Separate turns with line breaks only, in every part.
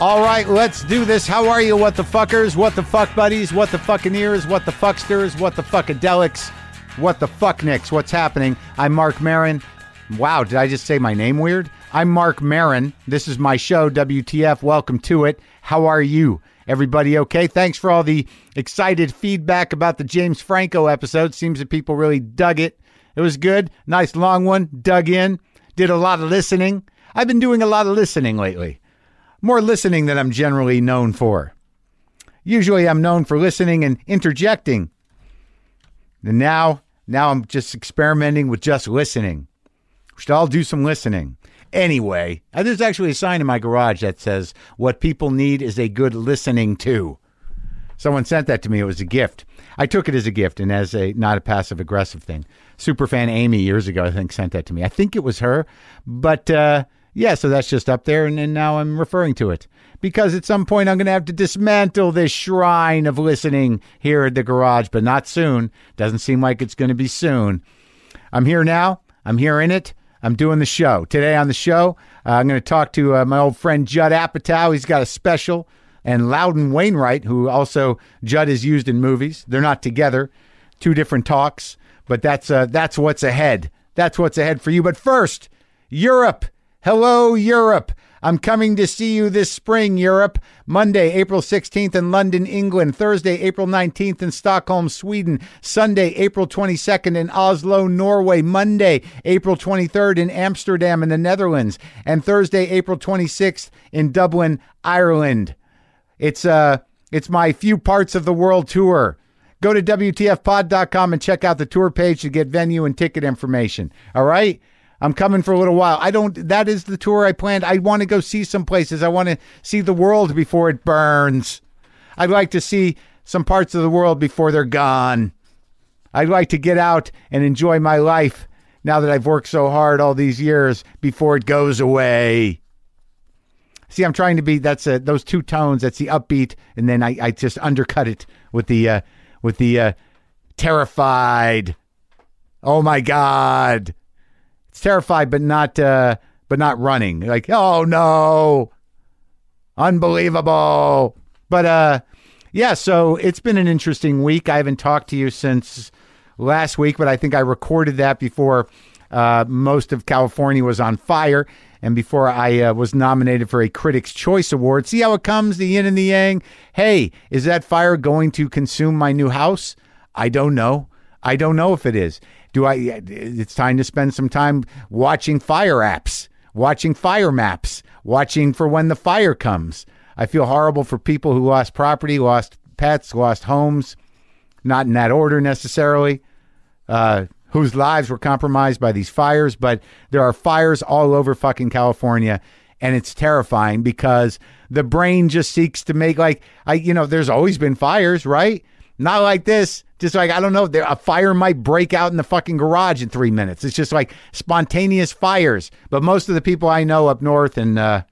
All right, let's do this. How are you, what the fuckers, what the fuck buddies, what the fuckineers, what the fucksters, what the fuckadelics, what the fucknicks, what's happening? I'm Mark Marin. Wow, did I just say my name weird? I'm Mark Marin. This is my show, WTF. Welcome to it. How are you? Everybody okay? Thanks for all the excited feedback about the James Franco episode. Seems that people really dug it. It was good. Nice long one. Dug in. Did a lot of listening. I've been doing a lot of listening lately more listening than I'm generally known for. Usually I'm known for listening and interjecting. And now, now I'm just experimenting with just listening. We should all do some listening. Anyway, uh, there's actually a sign in my garage that says, What people need is a good listening to. Someone sent that to me. It was a gift. I took it as a gift and as a not a passive aggressive thing. Superfan Amy years ago, I think, sent that to me. I think it was her, but uh, yeah. So that's just up there, and, and now I'm referring to it because at some point I'm going to have to dismantle this shrine of listening here at the garage, but not soon. Doesn't seem like it's going to be soon. I'm here now. I'm here in it. I'm doing the show today. On the show, uh, I'm going to talk to uh, my old friend Judd Apatow. He's got a special and Loudon Wainwright, who also Judd is used in movies. They're not together, two different talks, but that's uh, that's what's ahead. That's what's ahead for you. But first, Europe. Hello, Europe. I'm coming to see you this spring, Europe. Monday, April 16th in London, England. Thursday, April 19th in Stockholm, Sweden. Sunday, April 22nd in Oslo, Norway. Monday, April 23rd in Amsterdam in the Netherlands. And Thursday, April 26th in Dublin, Ireland. It's uh it's my few parts of the world tour. Go to WTFpod.com and check out the tour page to get venue and ticket information. All right? I'm coming for a little while. I don't that is the tour I planned. I want to go see some places. I want to see the world before it burns. I'd like to see some parts of the world before they're gone. I'd like to get out and enjoy my life now that I've worked so hard all these years before it goes away. See, I'm trying to be. That's a, those two tones. That's the upbeat, and then I, I just undercut it with the uh, with the uh, terrified. Oh my God, it's terrified, but not uh, but not running. Like oh no, unbelievable. But uh, yeah. So it's been an interesting week. I haven't talked to you since last week, but I think I recorded that before uh, most of California was on fire, and before I uh, was nominated for a Critics' Choice Award. See how it comes, the yin and the yang. Hey, is that fire going to consume my new house? I don't know. I don't know if it is. Do I? It's time to spend some time watching fire apps, watching fire maps, watching for when the fire comes. I feel horrible for people who lost property, lost pets, lost homes. Not in that order necessarily. Uh, whose lives were compromised by these fires, but there are fires all over fucking California. And it's terrifying because the brain just seeks to make like I, you know, there's always been fires, right? Not like this. Just like I don't know, there, a fire might break out in the fucking garage in three minutes. It's just like spontaneous fires. But most of the people I know up north and uh,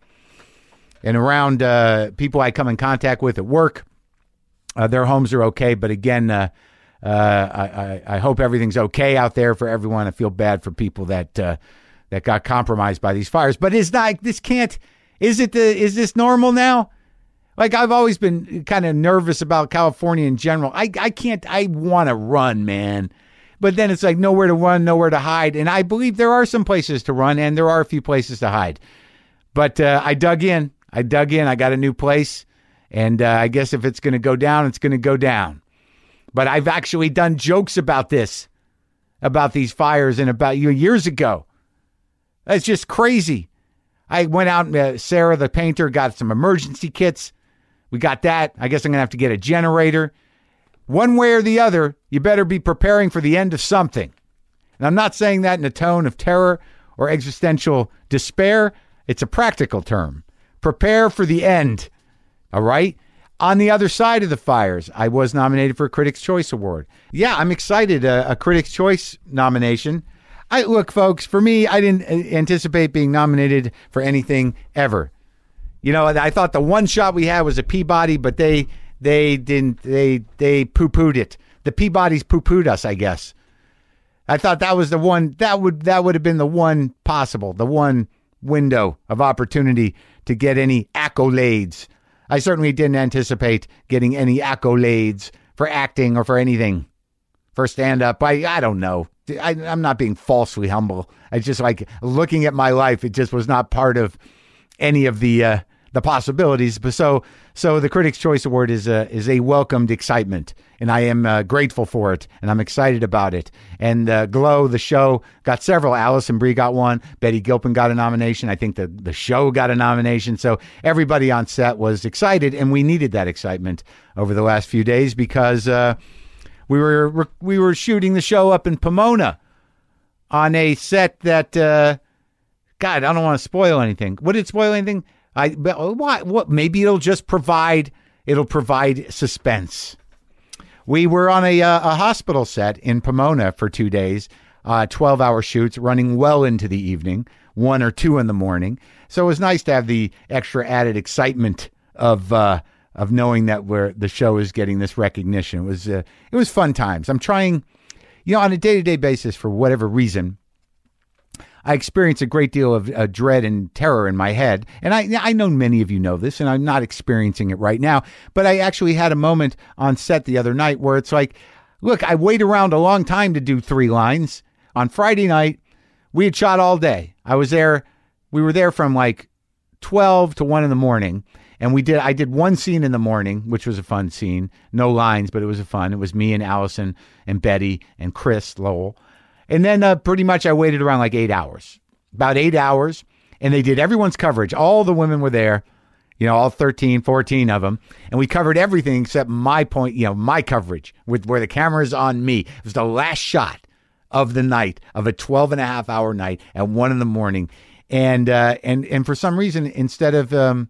and around uh, people I come in contact with at work, uh, their homes are okay. But again, uh, uh, I, I, I hope everything's okay out there for everyone. I feel bad for people that uh, that got compromised by these fires. But it's not. This can't. Is it the? Is this normal now? Like I've always been kind of nervous about California in general. I I can't. I want to run, man. But then it's like nowhere to run, nowhere to hide. And I believe there are some places to run, and there are a few places to hide. But uh, I dug in. I dug in. I got a new place, and uh, I guess if it's going to go down, it's going to go down but I've actually done jokes about this, about these fires, and about you years ago. That's just crazy. I went out and uh, Sarah, the painter, got some emergency kits. We got that. I guess I'm going to have to get a generator. One way or the other, you better be preparing for the end of something. And I'm not saying that in a tone of terror or existential despair, it's a practical term. Prepare for the end. All right? On the other side of the fires, I was nominated for a Critics' Choice Award. Yeah, I'm excited. A, a Critics' Choice nomination. I look, folks. For me, I didn't uh, anticipate being nominated for anything ever. You know, I thought the one shot we had was a Peabody, but they they didn't. They they poo pooed it. The Peabodys poo pooed us, I guess. I thought that was the one that would that would have been the one possible, the one window of opportunity to get any accolades. I certainly didn't anticipate getting any accolades for acting or for anything, for stand up. I, I don't know. I, I'm not being falsely humble. I just like looking at my life, it just was not part of any of the uh, the possibilities. But so so the Critics' Choice Award is a is a welcomed excitement, and I am uh, grateful for it, and I'm excited about it. And uh, Glow, the show, got several. Allison Brie got one. Betty Gilpin got a nomination. I think the the show got a nomination. So everybody on set was excited, and we needed that excitement over the last few days because. Uh, we were we were shooting the show up in Pomona on a set that uh, God, I don't want to spoil anything. Would it spoil anything? I but why? What? Maybe it'll just provide it'll provide suspense. We were on a uh, a hospital set in Pomona for two days, uh, twelve hour shoots, running well into the evening, one or two in the morning. So it was nice to have the extra added excitement of. Uh, of knowing that where the show is getting this recognition. It was uh, it was fun times. I'm trying, you know, on a day to day basis for whatever reason. I experience a great deal of uh, dread and terror in my head, and I I know many of you know this, and I'm not experiencing it right now. But I actually had a moment on set the other night where it's like, look, I wait around a long time to do three lines. On Friday night, we had shot all day. I was there. We were there from like twelve to one in the morning, and we did i did one scene in the morning which was a fun scene no lines but it was a fun it was me and allison and betty and chris lowell and then uh, pretty much i waited around like eight hours about eight hours and they did everyone's coverage all the women were there you know all 13 14 of them and we covered everything except my point you know my coverage with where the camera's on me it was the last shot of the night of a 12 and a half hour night at one in the morning and uh, and and for some reason instead of um,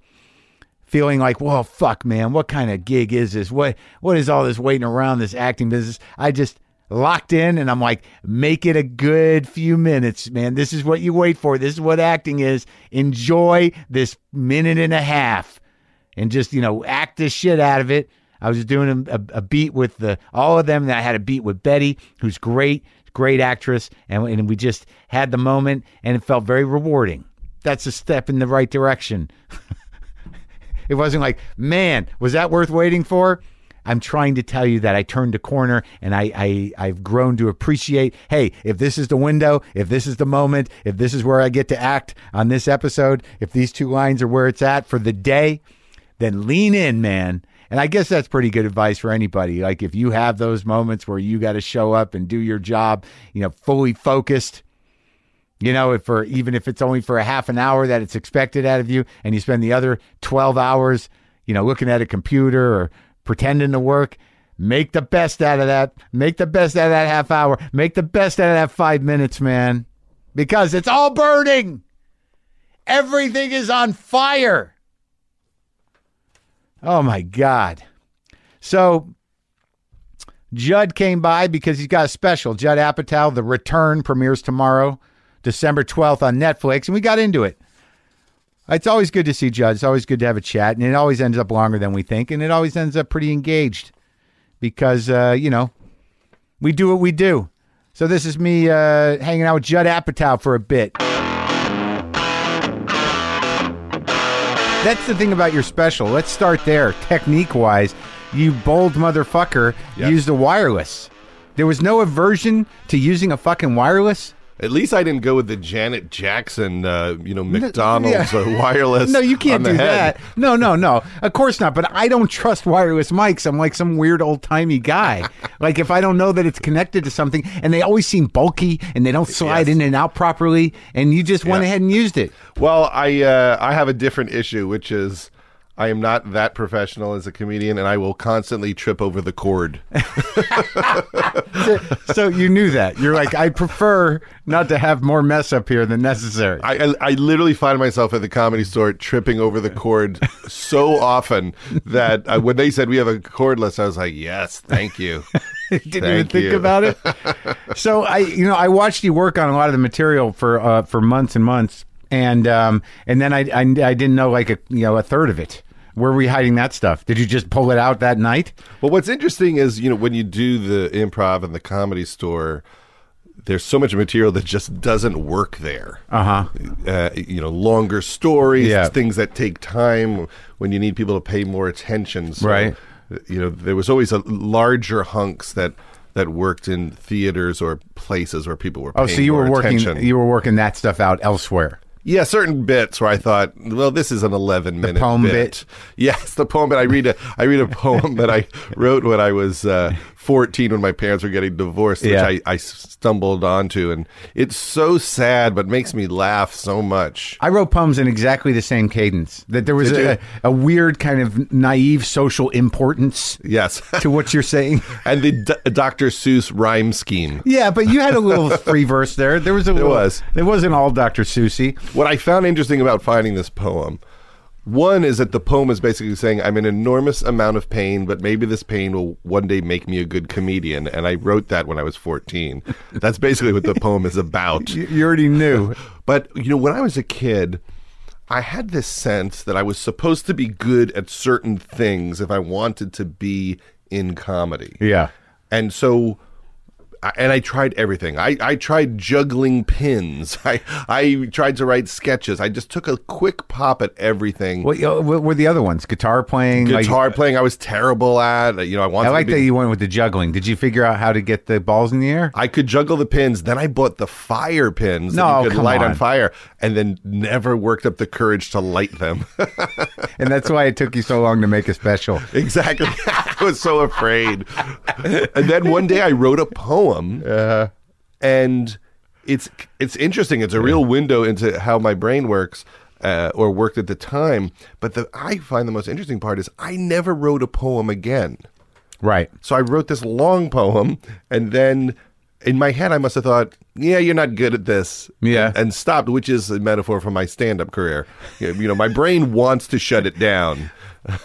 feeling like, well, fuck, man, what kind of gig is this? What what is all this waiting around this acting business? I just locked in and I'm like, make it a good few minutes, man. This is what you wait for. This is what acting is. Enjoy this minute and a half, and just you know, act this shit out of it. I was doing a, a, a beat with the all of them. That I had a beat with Betty, who's great, great actress, and, and we just had the moment, and it felt very rewarding. That's a step in the right direction. It wasn't like, man, was that worth waiting for? I'm trying to tell you that I turned a corner and I, I I've grown to appreciate, hey, if this is the window, if this is the moment, if this is where I get to act on this episode, if these two lines are where it's at for the day, then lean in, man. And I guess that's pretty good advice for anybody. Like if you have those moments where you got to show up and do your job, you know, fully focused, you know, if for even if it's only for a half an hour that it's expected out of you, and you spend the other 12 hours, you know, looking at a computer or pretending to work, make the best out of that. Make the best out of that half hour. Make the best out of that five minutes, man, because it's all burning. Everything is on fire. Oh my God. So Judd came by because he's got a special. Judd Apatow, The Return, premieres tomorrow. December 12th on Netflix, and we got into it. It's always good to see Judd. It's always good to have a chat, and it always ends up longer than we think, and it always ends up pretty engaged because, uh, you know, we do what we do. So this is me uh, hanging out with Judd Apatow for a bit. That's the thing about your special. Let's start there, technique wise. You bold motherfucker
Yes.
used a wireless. There was no aversion to using a fucking wireless.
At least I didn't go with the Janet Jackson, uh, you know, McDonald's uh, wireless.
No, you
on
can't
the
do
head.
that. No, no, no. Of course not. But I don't trust wireless mics. I'm like some weird old timey guy. like if I don't know that it's connected to something, and they always seem bulky, and they don't slide
Yes.
in and out properly, and you just went
Yeah.
ahead and used it.
Well, I uh, I have a different issue, which is I am not that professional as a comedian, and I will constantly trip over the cord.
so you knew that. You're like, I prefer not to have more mess up here than necessary.
I, I I literally find myself at the comedy store tripping over the cord so often that uh, when they said we have a cordless, I was like, yes, thank you.
didn't even
Thank
think
you.
about it. so I, you know, I watched you work on a lot of the material for uh, for months and months, and um, and then I, I I didn't know like a you know a third of it. Where were you hiding that stuff? Did you just pull it out that night?
Well, what's interesting is you know when you do the improv and the comedy store, there's so much material that just doesn't work there.
Uh huh.
Uh, you know, longer stories,
Yeah.
things that take time when you need people to pay more attention. So,
Right.
You know, there was always a larger hunks that that worked in theaters or places where people were.
Oh,
Paying
so you
more
were working.
attention.
You were working that stuff out elsewhere.
Yeah, certain bits where I thought, well, this is an eleven minute
poem
bit.
bit.
Yes, the poem bit. I read a I read a poem that I wrote when I was uh, fourteen when my parents were getting divorced,
Yeah.
which I, I stumbled onto, and it's so sad, but makes me laugh so much.
I wrote poems in exactly the same cadence. That there was a,
Did
a weird kind of naive social importance
Yes,
to what you're saying.
and the D- Dr. Seuss rhyme scheme.
Yeah, but you had a little free verse there. There was a little,
was.
It wasn't all Dr. Susie.
What I found interesting about finding this poem, one is that the poem is basically saying, I'm in enormous amount of pain, but maybe this pain will one day make me a good comedian. And I wrote that when I was 14. That's basically what the poem is about.
You, you already knew.
But, you know, when I was a kid, I had this sense that I was supposed to be good at certain things if I wanted to be in comedy.
Yeah.
And so, I- and I tried everything. I, I tried juggling pins. I, I tried to write sketches. I just took a quick pop at everything.
What, you- what were the other ones? Guitar playing. like-
Guitar playing, I was terrible at. You know, I wanted
I like
to
that
be.
you went with the juggling. Did you figure out how to get the balls in the air?
I could juggle the pins. Then I bought the fire pins that
No,
you could
come
light on.
on.
fire, and then never worked up the courage to light them.
And that's why it took you so long to make a special.
exactly, I was so afraid. and then one day I wrote a poem, and it's it's interesting. It's a real window into how my brain works. Uh, or worked at the time, but the I find the most interesting part is I never wrote a poem again.
Right.
So I wrote this long poem, and then in my head I must have thought, "Yeah, you're not good at this."
Yeah.
and, and stopped, which is a metaphor for my stand-up career. You know, my brain wants to shut it down.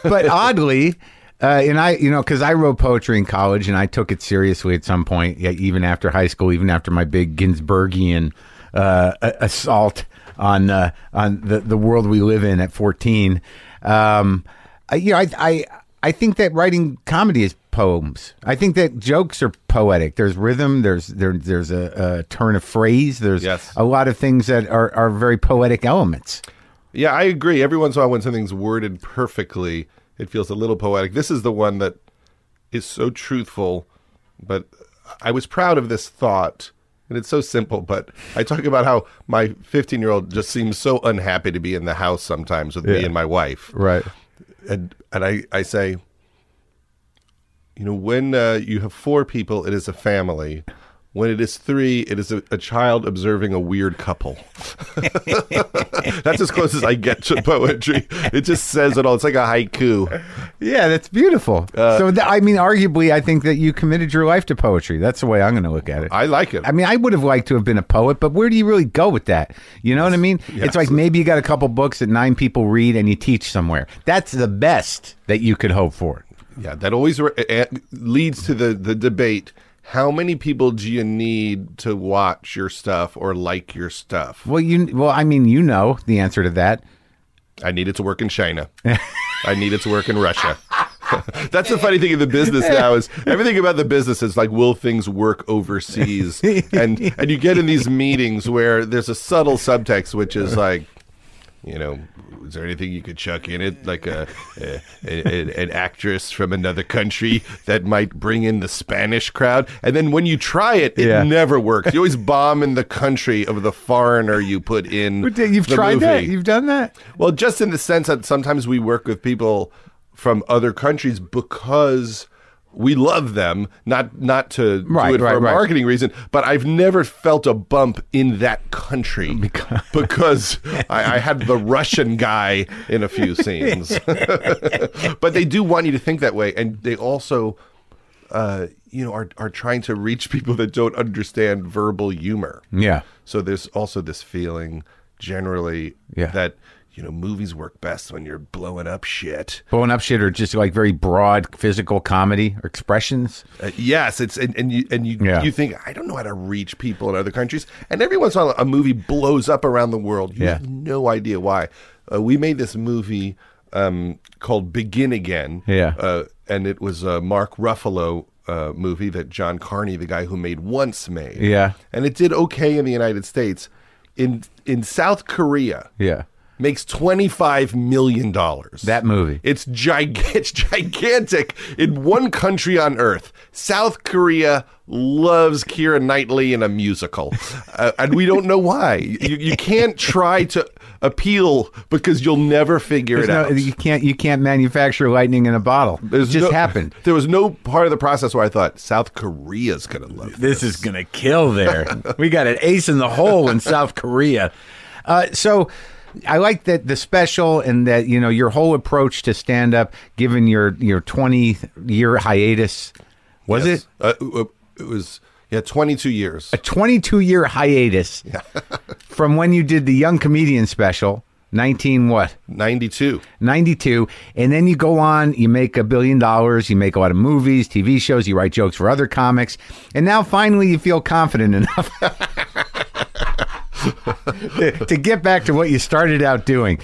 but oddly, uh, and I, you know, because I wrote poetry in college and I took it seriously at some point, yeah, even after high school, even after my big Ginsbergian uh, a- assault on uh, on the the world we live in at fourteen. Um, I, you know, I, I I think that writing comedy is poems. I think that jokes are poetic. There's rhythm. There's there, there's a, a turn of phrase. There's
Yes.
a lot of things that are are very poetic elements.
Yeah, I agree. Every once in a while, when something's worded perfectly, it feels a little poetic. This is the one that is so truthful, but I was proud of this thought. And it's so simple, but I talk about how my 15 year old just seems so unhappy to be in the house sometimes with me
Yeah.
and my wife.
Right.
and and I, I say, you know, when uh, you have four people, it is a family. When it is three, it is a, a child observing a weird couple. That's as close as I get to poetry. It just says it all. It's like a haiku.
Yeah, that's beautiful. so, th- I mean, arguably, I think that you committed your life to poetry. That's the way I'm going to look at it. I,
I like it.
mean, I would have liked to have been a poet, but where do you really go with that? You know what I mean? It's like maybe you got a couple books that nine people read and you teach somewhere. That's the best that you could hope for.
Yeah, that always re- eh, leads to the, the debate. How many people do you need to watch your stuff or like your stuff?
Well, you well, I mean, you know the answer to that.
I need it to work in China. I need it to work in Russia. That's the funny thing in the business now is everything about the business is like will things work overseas and and you get in these meetings where there's a subtle subtext which is like you know is there anything you could chuck in it like a, a, a- an actress from another country that might bring in the Spanish crowd and then when you try it it
Yeah.
never works you always bomb in the country of the foreigner you put in
But you've
the
tried that.
movie.
You've done that.
Well, just in the sense that sometimes we work with people from other countries because we love them, not not to
Right,
do it
right,
for a
right.
marketing reason. But I've never felt a bump in that country because, I, I had the Russian guy in a few scenes. but they do want you to think that way, and they also. Uh, you know, are are trying to reach people that don't understand verbal humor.
Yeah.
So there's also this feeling generally
Yeah.
that you know movies work best when you're blowing up shit.
Blowing up shit or just like very broad physical comedy or expressions.
Uh, yes, it's and, and you and you
Yeah.
you think I don't know how to reach people in other countries, and every once in a while a movie blows up around the world. You
Yeah.
have no idea why. Uh, we made this movie um, called Begin Again.
Yeah.
uh, and it was uh, Mark Ruffalo. uh, movie that John Carney, the guy who made Once, made.
Yeah.
and it did okay in the United States. In in South Korea,
Yeah.
makes twenty five million dollars.
That movie.
It's, gig- it's gigantic in one country on earth. South Korea loves Kira Knightley in a musical. Uh, and we don't know why. You, you can't try to appeal because you'll never figure it
There's
out.
no- you can't you can't manufacture lightning in a bottle.
There's
it just
no-
happened.
There was no part of the process where I thought South Korea's going to love
This is going to kill there. we got an ace in the hole in South Korea.
Uh, so I like that the special and that you know your whole approach to stand up, given your your twenty year hiatus. Was
Yes.
it
Uh, uh, it was yeah, 22 years.
a twenty two year hiatus from when you did the young comedian special? Nineteen what?
92.
92 and then you go on you make a billion dollars you make a lot of movies tv shows you write jokes for other comics and now finally you feel confident enough to to get back to what you started out doing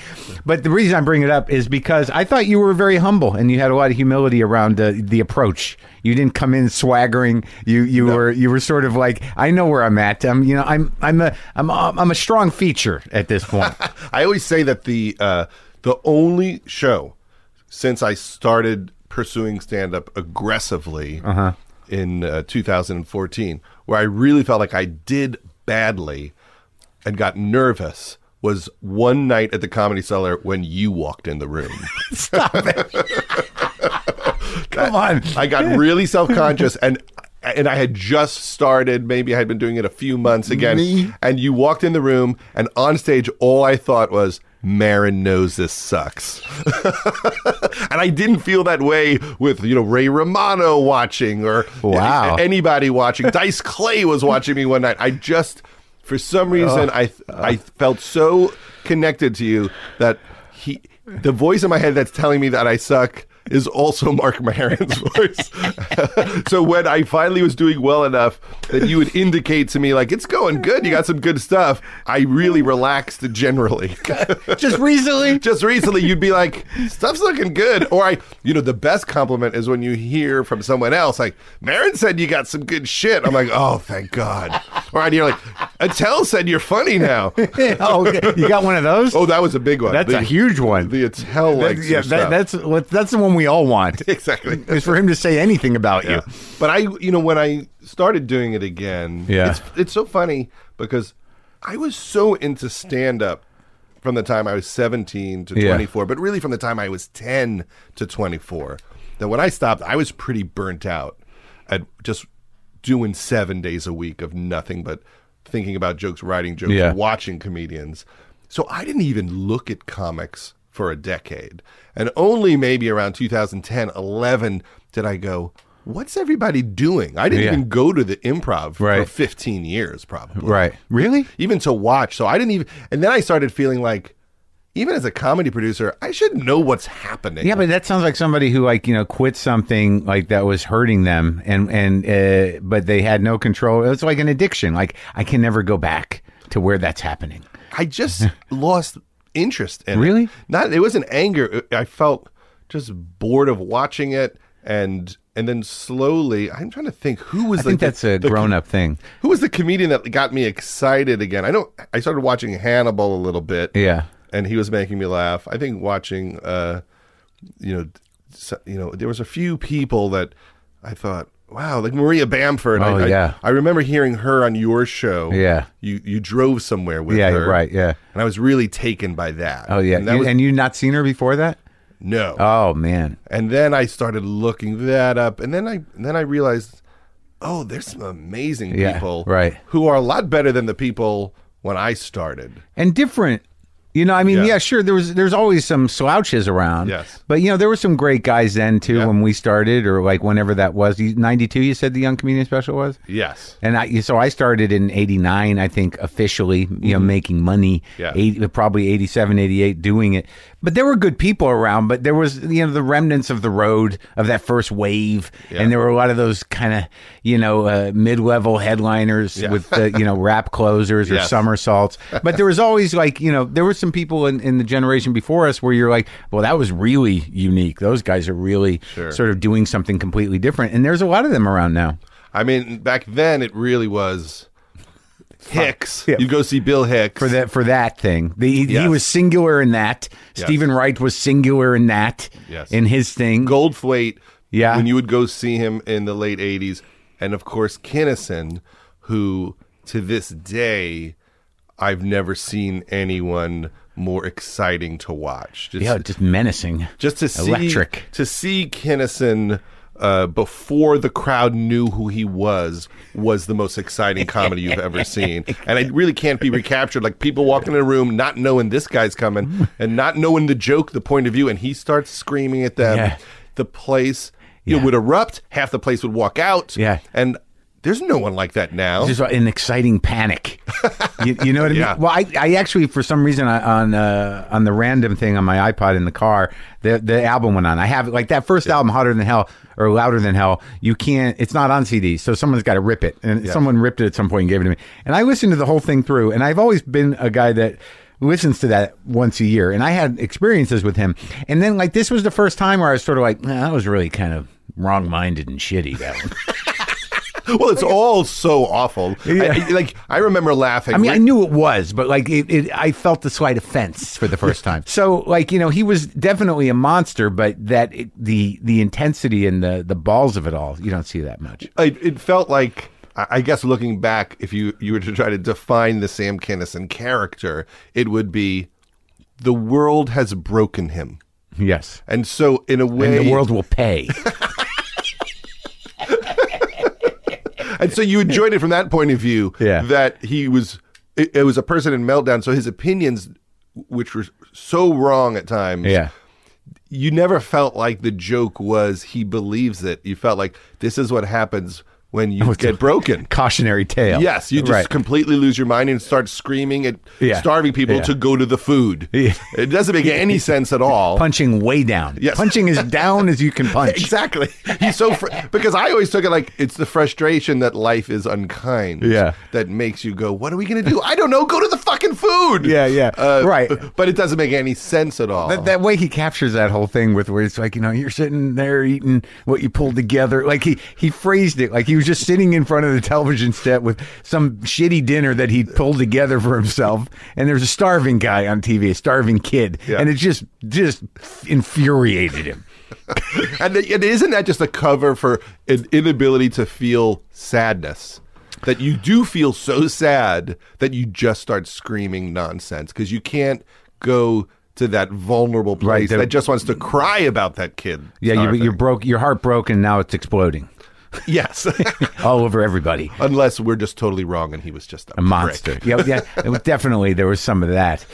but the reason i bring it up is because i thought you were very humble and you had a lot of humility around uh, the approach you didn't come in swaggering you you were you were sort of like i know where i'm at i'm you know i'm i'm a i'm a, i'm a strong feature at this point
I always say that the uh, the only show since I started pursuing stand up aggressively in uh, 2014 where I really felt like I did badly and got nervous was one night at the comedy cellar when you walked in the room.
come on
I got really self conscious and and I had just started. Maybe I had been doing it a few months again.
Me?
And you walked in the room, and on stage, all I thought was. Marin knows this sucks, and I didn't feel that way with you know Ray Romano watching or
Wow.
anybody watching. Dice Clay was watching me one night. I just for some reason I I felt so connected to you that he the voice in my head that's telling me that I suck is also Mark Maron's voice. so when I finally was doing well enough that you would indicate to me like it's going good, you got some good stuff, I really relaxed generally.
just recently
just recently you'd be like stuff's looking good or i you know the best compliment is when you hear from someone else like marin said you got some good shit i'm like oh thank god or i'd hear like attell said you're funny now
oh, okay. you got one of those?
oh that was a big one
that's
the,
a huge one.
the attell
That-
likes
yeah,
your
that,
stuff.
that's what that's the one we all want.
exactly
is for him to say anything about you.
But I, you know, when I started doing it again,
Yeah.
it's, it's so funny because I was so into stand up from the time I was 17 to
Yeah.
24, but really from the time I was 10 to 24, that when I stopped, I was pretty burnt out at just doing seven days a week of nothing but thinking about jokes, writing jokes,
Yeah.
watching comedians. So I didn't even look at comics for a decade. And only maybe around 2010, 11 did I go, what's everybody doing? I didn't
Yeah.
even go to the improv for
Right.
15 years probably.
Right. Really?
Even to watch. So I didn't even and then I started feeling like even as a comedy producer, I should know what's happening.
Yeah, but that sounds like somebody who like, you know, quit something like that was hurting them and and uh, but they had no control. It's like an addiction. Like I can never go back to where that's happening.
I just lost interest in it.
Really?
Not it wasn't anger. I felt just bored of watching it and and then slowly I'm trying to think who was
I think
like the-
that's a
the-
grown-up thing.
who was the comedian that got me excited again? I know I started watching Hannibal a little bit.
Yeah.
And he was making me laugh. I think watching uh you know so- you know there was a few people that I thought Wow, like Maria Bamford. I-
Oh,
I,
yeah.
I remember hearing her on your show.
Yeah.
you you drove somewhere with
Yeah,
her.
you're right, yeah.
And I was really taken by that.
Oh yeah.
And
And
that
you,
was
and you not seen her before that?
no.
Oh man.
and then I started looking that up, and then I then I realized, oh, there's some amazing
Yeah,
people,
right.
who are a lot better than the people when I started.
and different. You know, I mean, yeah.
Yeah.
sure. There was there's always some slouches around.
Yes.
but you know, there were some great guys then too
Yeah.
when we started, or like whenever that was. Ninety two, you said the Young Comedian Special was.
Yes.
And I, so I started in 89, I think, officially, you know, making money,
Mm-hmm. Yeah.
80, probably 87, 88, doing it. But there were good people around, but there was, you know, the remnants of the road of that first wave.
Yeah.
And there were a lot of those kind of, you know, uh, mid level headliners
Yeah.
with, the, you know, rap closers or
Yes.
somersaults. But there was always like, you know, there were some some people in, in the generation before us where you're like, well, that was really unique. Those guys are really sort of doing something completely different. And there's a lot of them around now.
I mean, back then it really was Hicks.
Yeah.
You go see Bill Hicks.
For that, for that thing, the, he- he
Yes.
was singular in that. Stephen Wright was singular in that.
Yes.
In his thing,
Goldthwait.
Yeah.
When you would go see him in the late 80s. And of course, Kinnison, who to this day, I've never seen anyone more exciting to watch. Just,
yeah, just menacing.
just to see
Electric.
to see Kinnison uh, before the crowd knew who he was was the most exciting comedy you've ever seen, and it really can't be recaptured. Like people walking in a room not knowing this guy's coming and not knowing the joke, the point of view, and he starts screaming at them.
Yeah.
The place it
Yeah.
would erupt. Half the place would walk out.
Yeah.
and there's no one like that now.
It's just an exciting panic. you, you know what I mean?
Yeah.
Well, I, I actually, for some reason, I, on uh, on the random thing on my iPod in the car, the the album went on. I have like that first album, hotter than hell or louder than hell. You can't. It's not on CD, so someone's got to rip it, and someone ripped it at some point and gave it to me. And I listened to the whole thing through, and I've always been a guy that listens to that once a year, and I had experiences with him. And then like this was the first time where I was sort of like, "Nah, that was really kind of wrong minded and shitty. That one.
well, it's all so awful. I-
Yeah.
I- like I remember laughing.
I mean, I knew it was, but like it, it I felt the slight offense for the first time. So, like you know, he was definitely a monster, but that it, the the intensity and the the balls of it all, you don't see that much.
it, it felt like I I guess looking back, if you you were to try to define the Sam Kinison character, it would be the world has broken him,
Yes,
and so in a
and
way,
the world will pay.
and so you enjoyed it from that point of view.
Yeah.
that he was it, it was a person in meltdown, so his opinions, which were so wrong at times,
yeah,
you never felt like the joke was he believes it. You felt like this is what happens when you get broken.
cautionary tale.
Yes, you just
Right.
completely lose your mind and start screaming at
Yeah.
starving people
Yeah.
to go to the food. It doesn't make any sense at all.
punching way down.
Yes.
punching as down as you can punch.
Exactly. He's so fr- because I always took it like it's the frustration that life is unkind.
Yeah.
that makes you go. What are we gonna do? I don't know. Go to the fucking food. Uh,
Yeah, yeah. Right.
But it doesn't make any sense at all.
That, that way he captures that whole thing with where it's like you know you're sitting there eating what you pulled together like he he phrased it like he was just sitting in front of the television set with some shitty dinner that he pulled together for himself and there's a starving guy on TV a starving kid
Yeah.
and it just just infuriated him
and, it- and isn't that just a cover for an inability to feel sadness? That you do feel so sad that you just start screaming nonsense because you can't go to that vulnerable place
that-
that just wants to cry about that kid.
yeah you,
starving.
you're broke your heart broke and now it's exploding
yes,
all over everybody
unless we're just totally wrong and he was just a,
a monster.
prick.
yeah, yeah. It was definitely there was some of that.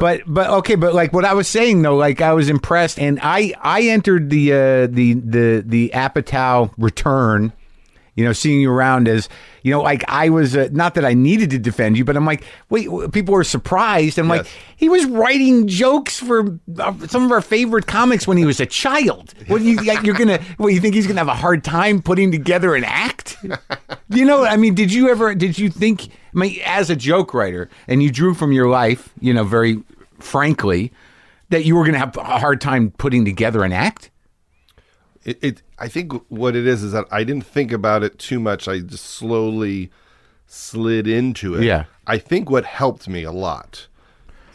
But but okay, but like what I was saying though, like I was impressed, and I I entered the uh, the the the Apatow return. You know, seeing you around as you know, like I was uh, not that I needed to defend you, but I'm like, wait, w- people were surprised. I'm like,
Yes.
he was writing jokes for uh, some of our favorite comics when he was a child. What do you like, you're gonna? What you think he's gonna have a hard time putting together an act? You know, I mean, did you ever? Did you think? I mean, as a joke writer, and you drew from your life, you know, very frankly, that you were gonna have a hard time putting together an act.
It, it, I think what it is is that I didn't think about it too much. I just slowly slid into it.
Yeah.
I think what helped me a lot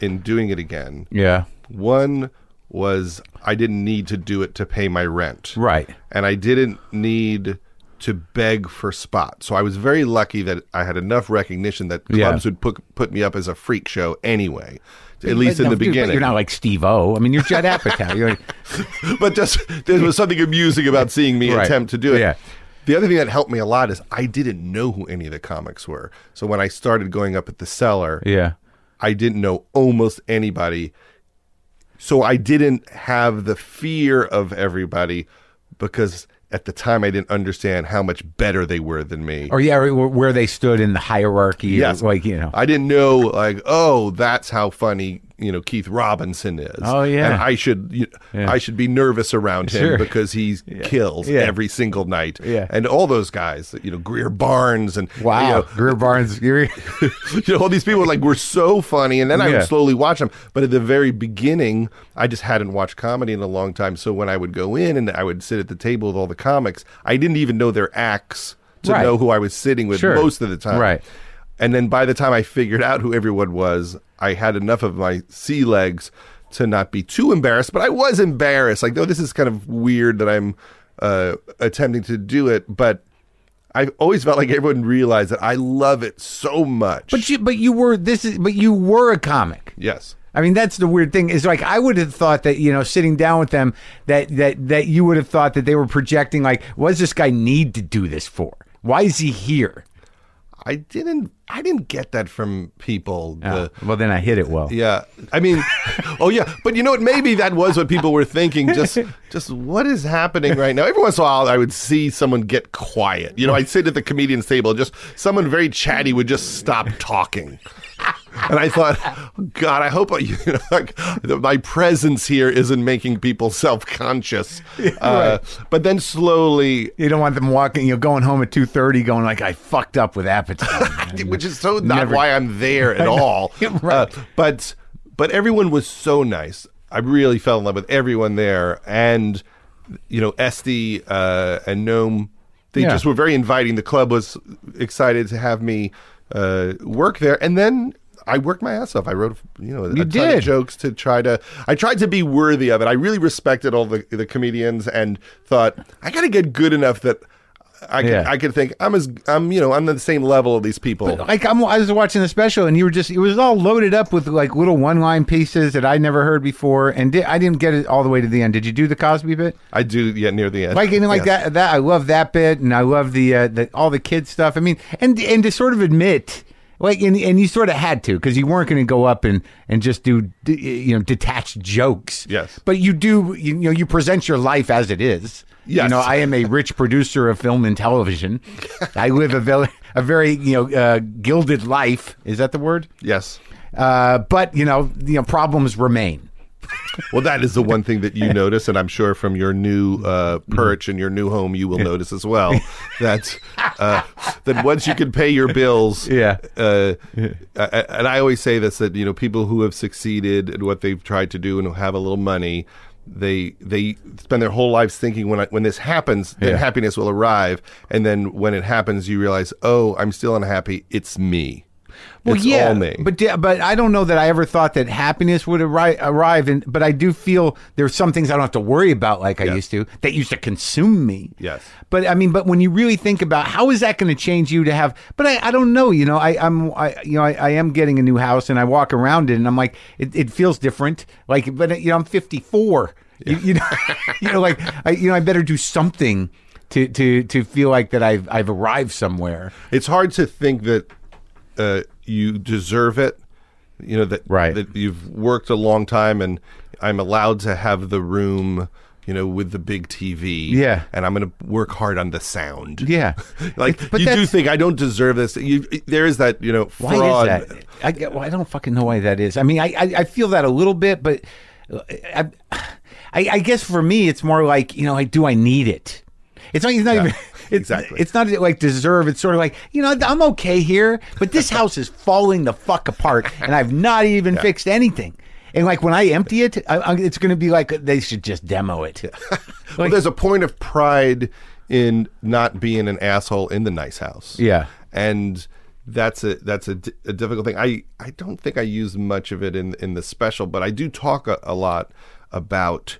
in doing it again
Yeah.
One was I didn't need to do it to pay my rent.
Right.
And I didn't need to beg for spots. So I was very lucky that I had enough recognition that
Yeah.
clubs would put, put me up as a freak show anyway, at least in the beginning.
you're not like Steve O. I mean, you're Judd Apatow. You're like,
but just there was something amusing about seeing me
Right.
attempt to do it.
Yeah.
The other thing that helped me a lot is I didn't know who any of the comics were. So when I started going up at the cellar,
yeah.
I didn't know almost anybody. So I didn't have the fear of everybody because at the time I didn't understand how much better they were than me.
Or yeah, or where they stood in the hierarchy. or,
Yes. Uh,
Like you know.
I didn't know like, oh, that's how funny you know Keith Robinson is.
Oh, yeah.
and I should you, I should be nervous around him
Sure.
because he kills
Yeah.
every single night.
Yeah.
and all those guys, you know Greer Barnes and you
Wow,
know,
Greer Barnes. Greer-
you know, all these people like were so funny, and then I
Yeah.
would slowly watch them. But at the very beginning, I just hadn't watched comedy in a long time. So when I would go in and I would sit at the table with all the comics, I didn't even know their acts to
Right.
know who I was sitting with
Sure.
most of the time.
Right.
And then by the time I figured out who everyone was, I had enough of my sea legs to not be too embarrassed. But I was embarrassed. Like, oh, this is kind of weird that I'm uh, attempting to do it, but. I've always felt like everyone realized that I love it so much.
but you, but you were this is, but you were a comic.
Yes.
I mean, that's the weird thing is like I would have thought that you know sitting down with them that that that you would have thought that they were projecting like what does this guy need to do this for? Why is he here?
I didn't I didn't get that from people.
Oh,
The,
well, then I hit it well.
Uh, yeah. I mean oh yeah. But you know what maybe that was what people were thinking. Just just what is happening right now? Every once in a while I would see someone get quiet. You know, I'd sit at the comedian's table, just someone very chatty would just stop talking. And I thought, oh, God, I hope I, you know, like, that my presence here isn't making people self-conscious. Uh, But then slowly,
You don't want them walking, you know, going home at two thirty, going like I fucked up with appetite.
which is so not why I'm there at all. Uh, but but everyone was so nice. I really fell in love with everyone there, and you know Esty uh, and Gnome. They
Yeah.
just were very inviting. The club was excited to have me uh, work there, and then. I worked my ass off. I wrote, you know, a ton
did.
of jokes to try to. I tried to be worthy of it. I really respected all the the comedians and thought I got to get good enough that I could,
Yeah.
I could think I'm as I'm you know I'm on the same level of these people.
like I'm, I was watching the special, and you were just it was all loaded up with like little one line pieces that I never heard before, and di- I didn't get it all the way to the end. Did you do the Cosby bit?
I do, yeah, near the end.
Like and like that that I love that bit, and I love the uh, the all the kids stuff. I mean, and and to sort of admit. Like and, and you sort of had to because you weren't going to go up and, and just do d- you know detached jokes.
Yes.
but you do you, know you present your life as it is.
Yes.
you know I am a rich producer of film and television. I live a very a very you know uh, gilded life. Is that the word?
Yes.
Uh, but you know you know problems remain.
Well, that is the one thing that you notice, and I'm sure from your new uh, perch and your new home, you will notice as well that uh, that once you can pay your bills,
Yeah.
Uh, a- and I always say this that you know people who have succeeded and what they've tried to do and who have a little money. They they spend their whole lives thinking when I, when this happens, then
Yeah.
happiness will arrive, and then when it happens, you realize, oh, I'm still unhappy. It's me. it's all me.
But yeah, but I don't know that I ever thought that happiness would arri- arrive. And but I do feel there's some things I don't have to worry about like I used to that used to consume me.
Yes.
But I mean, but when you really think about how is that going to change you to have? But I, I don't know. You know, I, I'm I you know I, I am getting a new house and I walk around it and I'm like it, it feels different. Like but you know I'm 54. You, you know, you know, like I, you know, I better do something to to to feel like that I've I've arrived somewhere.
it's hard to think that uh, you deserve it. You know that
Right.
that you've worked a long time, and I'm allowed to have the room. You know, with the big TV.
Yeah.
and I'm going to work hard on the sound.
Yeah.
like
But
you do
that's-
think I don't deserve this. You, there is that you know
Why
fraud.
is that? I, get- well, I don't fucking know why that is. I mean, I, I, I feel that a little bit, but uh, I, I, I guess for me, it's more like you know, like do I need it? It's not. It's not even. It's,
exactly.
It's not like deserve. It's sort of like you know, I'm okay here, but this house is falling the fuck apart, and I've not even fixed anything. And like when I empty it, I, I, it's going to be like they should just demo it.
well, there's a point of pride in not being an asshole in the nice house.
Yeah.
and that's a that's a, di- a difficult thing. I I don't think I use much of it in in the special, but I do talk a, a lot about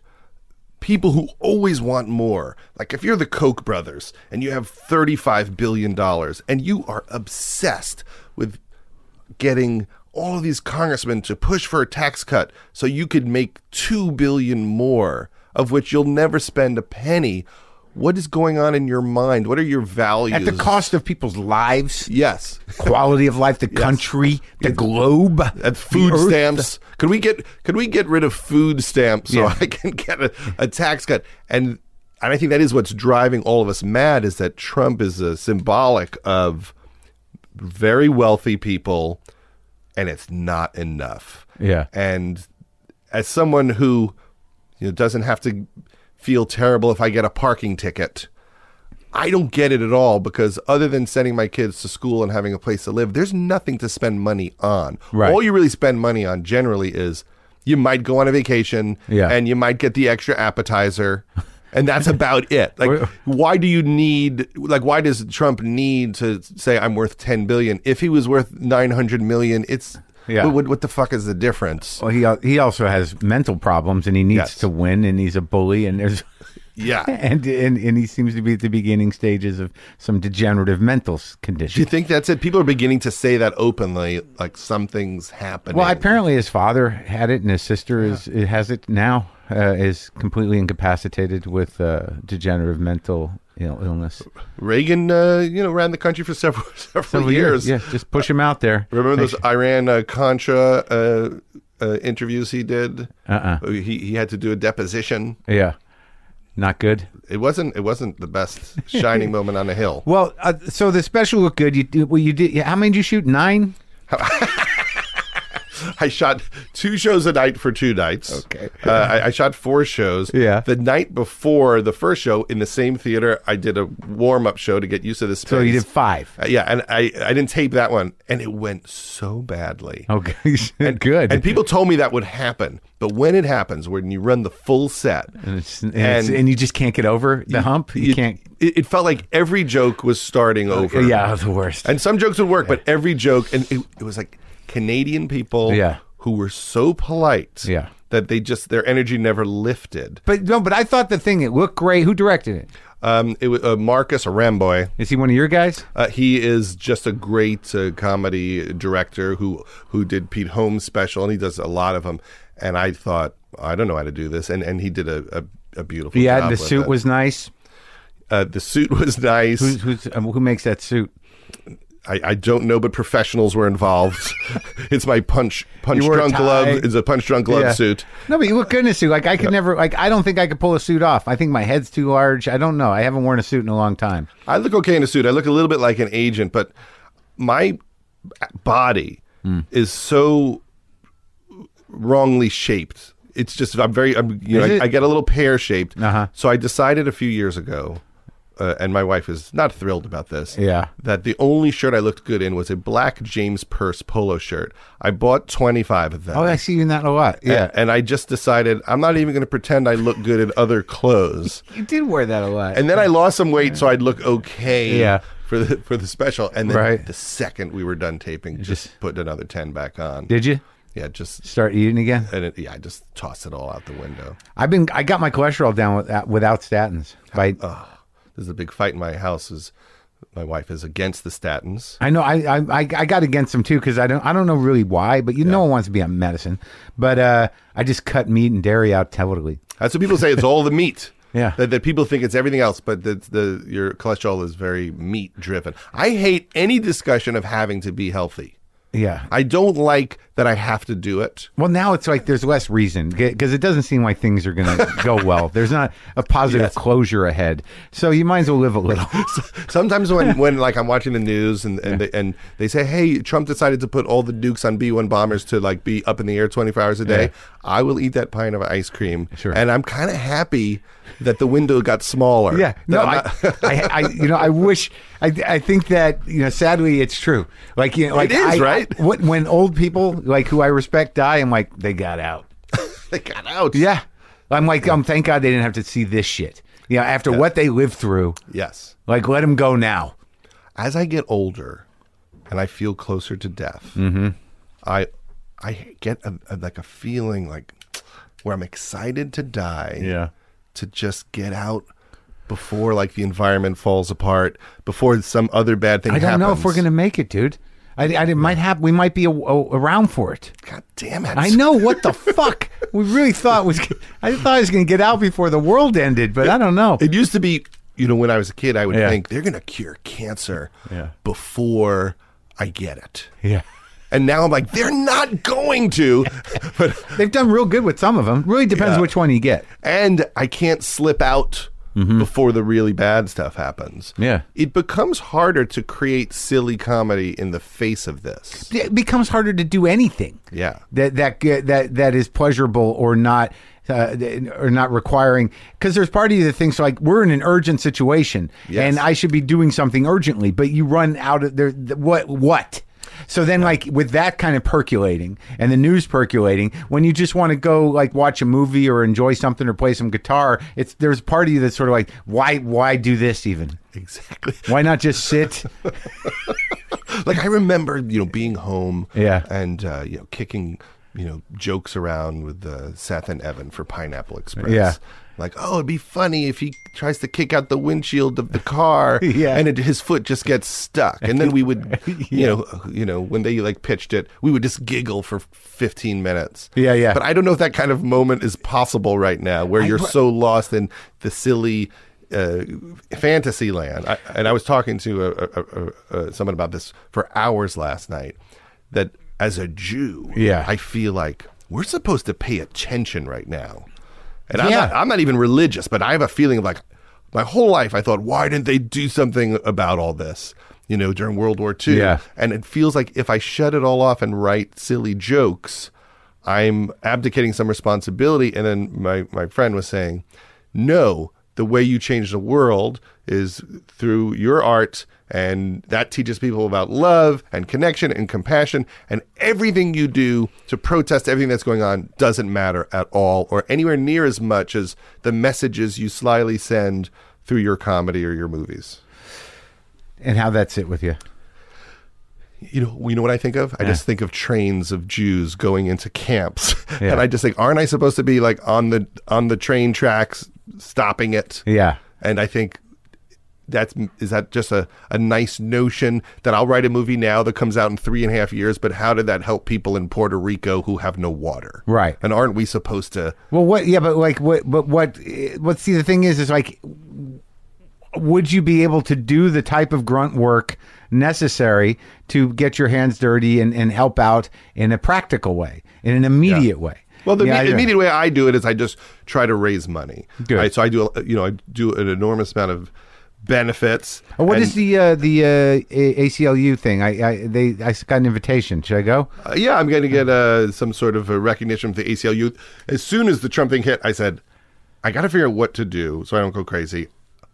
people who always want more. Like if you're the Koch brothers and you have 35 billion dollars and you are obsessed with getting all of these congressmen to push for a tax cut so you could make 2 billion more of which you'll never spend a penny. What is going on in your mind? What are your values?
At the cost of people's lives,
Yes.
quality of life, the country, the globe,
And food
the earth.
stamps. Could we get could we get rid of food stamps so I can get a, a tax cut? And and I think that is what's driving all of us mad is that Trump is a symbolic of very wealthy people and it's not enough.
Yeah.
And as someone who you know, doesn't have to feel terrible if I get a parking ticket, I don't get it at all because other than sending my kids to school and having a place to live, there's nothing to spend money on.
Right.
All you really spend money on generally is you might go on a vacation
Yeah.
and you might get the extra appetizer and that's about it. Like why do you need like why does Trump need to say I'm worth 10 billion if he was worth 900 million? It's
Yeah.
what, what the fuck is the difference?
Well, he al- he also has mental problems, and he needs
Yes.
to win, and he's a bully, and there's.
Yeah.
And, and and he seems to be at the beginning stages of some degenerative mental s-
Do you
condition.
think that's it? People are beginning to say that openly, like something's happening.
Well, apparently his father had it, and his sister is it has it now. Uh, is completely incapacitated with uh, degenerative mental Ill- illness.
Reagan, uh, you know, ran the country for several several,
Several
years.
yeah. Just push him out there.
Remember those Iran uh, Contra uh, uh, interviews he did?
Uh-uh.
He he had to do a deposition.
Yeah, not good.
It wasn't it wasn't the best shining moment on a hill.
Well, uh, so the special looked good. You did- well, you did. How many did you shoot? Nine.
I shot two shows a night for two nights.
Okay.
Uh, I, I shot four shows.
Yeah.
The night before the first show in the same theater, I did a warm up show to get used to the space.
So you did five.
Uh, yeah, and I I didn't tape that one, and it went so
Oh,
badly.
Okay, good.
And people told me that would happen, but when it happens, when you run the full set,
and, it's, and, it's-
and-
and you just can't get over the hump. You,
it-
can't.
It, it felt like every joke was starting over.
Uh, Yeah, the worst.
and some jokes would work, but every joke, and it, it was like Canadian people,
Yeah.
who were so polite,
Yeah.
that they just their energy never lifted.
but no, but I thought the thing it looked great. Who directed it?
Um, it was uh, Marcus Ramboy.
Is he one of your guys?
Uh, he is just a great uh, comedy director who who did Pete Holmes special, and he does a lot of them. And I thought, I don't know how to do this, and and he did a, a, a beautiful.
Yeah,
job
the
with
suit
it.
was nice.
Uh, the suit was nice.
Who's, who's um, who makes that suit?
I, I don't know, but professionals were involved. it's my punch punch
You wore a
drunk
tie.
glove. It's a punch drunk glove suit.
No, but you look good in a suit. Like I could never. Like I don't think I could pull a suit off. I think my head's too large. I don't know. I haven't worn a suit in a long time.
I look okay in a suit. I look a little bit like an agent, but my body
Hmm.
is so wrongly shaped. It's just I'm very I'm, you know
Is
I,
it-
I get a little pear shaped.
Uh-huh.
So I decided a few years ago, uh, and my wife is not thrilled about this.
Yeah.
that the only shirt I looked good in was a black James Purse polo shirt. I bought 25 of them.
Oh, I see you in that a lot.
Yeah.
Yeah,
And I just decided I'm not even going to pretend I look good in other clothes.
you did wear that a lot.
And then I lost some weight so I'd look okay
Yeah.
for the for the special. And then
Right.
the second we were done taping, just, put another 10 back on.
did you
yeah, just
start eating again?
and it, yeah, I just tossed it all out the window.
I've been. I got my cholesterol down with, uh, without statins. By
There's a big fight in my house is my wife is against the statins.
I know I I, I I got against them too because I don't I don't know really why, but you no one wants to be on medicine. But uh, I just cut meat and dairy out totally.
That's what people say. It's all the meat.
Yeah.
That, that people think it's everything else, but that the your cholesterol is very meat driven. I hate any discussion of having to be healthy.
Yeah.
I don't like that I have to do it.
Well, now it's like there's less reason because it doesn't seem like things are going to go well. There's not a positive closure ahead, so you might as well live a little.
Sometimes when, when like I'm watching the news and and, they, and they say, "Hey, Trump decided to put all the nukes on B1 bombers to like be up in the air 24 hours a day." I will eat that pint of ice cream,
Sure.
and I'm kind of happy that the window got smaller.
Yeah,
That
no,
I'm
I,
not-
I, I, you know, I wish. I, I think that you know, sadly, it's true. Like, you know, like
It is,
I-
right?
I- when, when old people like who I respect die, I'm like, they got out.
they got out.
Yeah, I'm like, um, thank God they didn't have to see this shit. You know, after what they lived through,
Yes.
like, let them go now.
as I get older and I feel closer to death,
Mm-hmm.
I I get a, a- like a feeling like where I'm excited to die.
Yeah.
To just get out before like the environment falls apart, before some other bad thing
I don't
happens.
know if we're gonna make it, dude. I, I it might have. We might be a, a- around for it.
God damn it!
I know what the fuck. We really thought was. I thought I was gonna get out before the world ended, but I don't know.
It used to be, you know, when I was a kid, I would
Yeah.
think they're gonna cure cancer
Yeah.
before I get it.
Yeah.
And now I'm like, they're not going to. But
They've done real good with some of them. Really depends
Yeah.
which one you get.
and I can't slip out before the really bad stuff happens.
Yeah.
It becomes harder to create silly comedy in the face of this.
It becomes harder to do anything.
Yeah.
that that that that is pleasurable or not uh, or not requiring because there's part of you that thinks like we're in an urgent situation
Yes.
and I should be doing something urgently, but you run out of there. th- What what? So then, like with that kind of percolating and the news percolating, when you just want to go like watch a movie or enjoy something or play some guitar, it's there's a part of you that's sort of like, why why do this even?
Exactly.
Why not just sit?
like I remember, you know, being home,
Yeah.
and uh, you know, kicking, you know, jokes around with uh, Seth and Evan for Pineapple Express.
Yeah.
Like, oh, it'd be funny if he tries to kick out the windshield of the car,
Yeah.
and it, his foot just gets stuck, and then we would, you know, you know, when they like pitched it, we would just giggle for fifteen minutes.
Yeah, yeah.
But I don't know if that kind of moment is possible right now, where you're so lost in the silly uh, fantasy land. I, and I was talking to a, a, a, a, someone about this for hours last night. That as a Jew,
Yeah.
I feel like we're supposed to pay attention right now. And I'm,
Yeah.
not, I'm not even religious, but I have a feeling of like my whole life. I thought, why didn't they do something about all this? You know, during World War II.
Yeah.
And it feels like if I shut it all off and write silly jokes, I'm abdicating some responsibility. And then my, my friend was saying, no, the way you change the world is through your art. And that teaches people about love and connection and compassion. And everything you do to protest everything that's going on doesn't matter at all or anywhere near as much as the messages you slyly send through your comedy or your movies.
and how that sit with you?
you know, you know what I think of? I just think of trains of Jews going into camps,
Yeah.
and I just think, aren't I supposed to be like on the on the train tracks, stopping it?
Yeah.
And I think that's is that just a, a nice notion that I'll write a movie now that comes out in three and a half years, but how did that help people in Puerto Rico who have no water?
Right.
And aren't we supposed to?
Well, what? Yeah, but like, what? But what? eh, What? See, the thing is, is like, would you be able to do the type of grunt work necessary to get your hands dirty and, and help out in a practical way, in an immediate way?
Well, the
Yeah,
imme-
yeah.
immediate way I do it is I just try to raise money.
Good.
I, so I do, a- you know, I do an enormous amount of benefits.
Oh, what
and-
is the uh, the uh, A- ACLU thing? I, I they I s- got an invitation. Should I go?
Uh, yeah, I'm going to get uh, some sort of a recognition from the ACLU. As soon as the Trump thing hit, I said, I got to figure out what to do so I don't go crazy.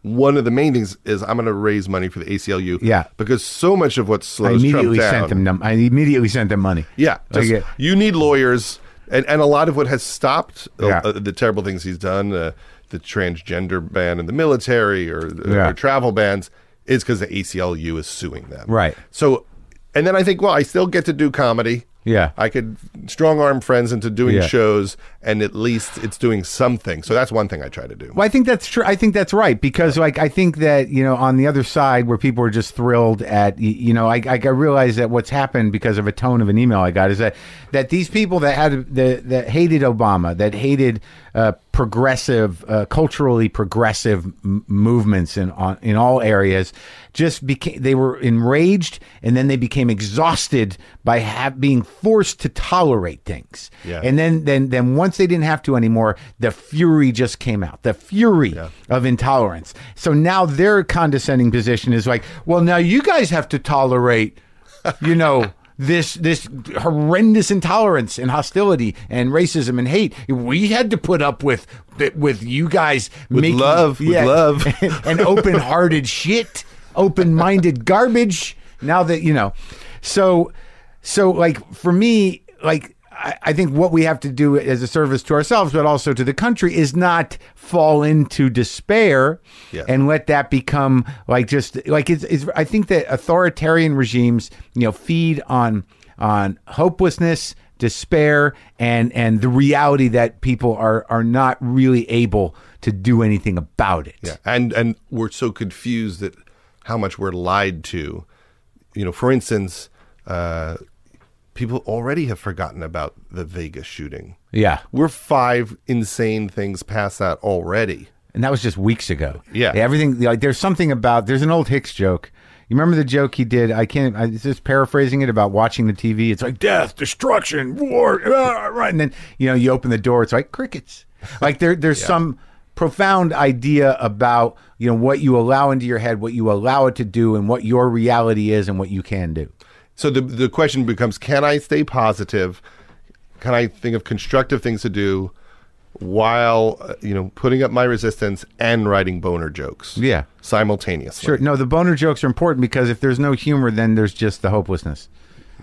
One of the main things is I'm going to raise money for the ACLU.
Yeah.
Because so much of what
I
slows Trump
immediately
down.
sent them. Num- I immediately sent them money.
Yeah.
Like
just-
it-
you need lawyers. And, and a lot of what has stopped uh,
Yeah.
uh, the terrible things he's done, uh, the transgender ban in the military or, uh,
Yeah.
or travel bans, is because the ACLU is suing them.
Right.
So, and then I think, well, I still get to do comedy.
Yeah.
I could strong arm friends into doing
Yeah.
shows, and at least it's doing something. So that's one thing I try to do.
Well, I think that's true. I think that's right because, like, I think that you know, on the other side where people are just thrilled at, y- you know, I, I realize that what's happened because of a tone of an email I got is that that these people that had that, that hated Obama, that hated uh, progressive, uh, culturally progressive m- movements in on, in all areas, just became they were enraged and then they became exhausted by ha- being forced to tolerate things.
Yeah.
And then then then once they didn't have to anymore, the fury just came out. The fury of intolerance. So now their condescending position is like, well, now you guys have to tolerate, you know, this this horrendous intolerance and hostility and racism and hate. We had to put up with with you guys with
love, with love.
and open hearted shit, open minded garbage. Now that you know, so so like for me, like I, I think what we have to do as a service to ourselves, but also to the country, is not fall into despair
Yeah.
and let that become like just like it's, it's. I think that authoritarian regimes, you know, feed on on hopelessness despair and and the reality that people are are not really able to do anything about it
Yeah, and and we're so confused that how much we're lied to. You know, for instance, uh, people already have forgotten about the Vegas shooting.
Yeah.
We're five insane things past that already.
And that was just weeks ago.
Yeah.
Everything, like, there's something about, there's an old Hicks joke. You remember the joke he did? I can't, I it's just paraphrasing it about watching the TV. It's like death, destruction, war, ah, right? And then, you know, you open the door, it's like crickets. Like there, there's some profound idea about you know what you allow into your head, what you allow it to do, and what your reality is, and what you can do.
So the the question becomes: Can I stay positive? Can I think of constructive things to do while uh, you know putting up my resistance and writing boner jokes?
Yeah.
simultaneously.
Sure. No, the boner jokes are important because if there's no humor, then there's just the hopelessness.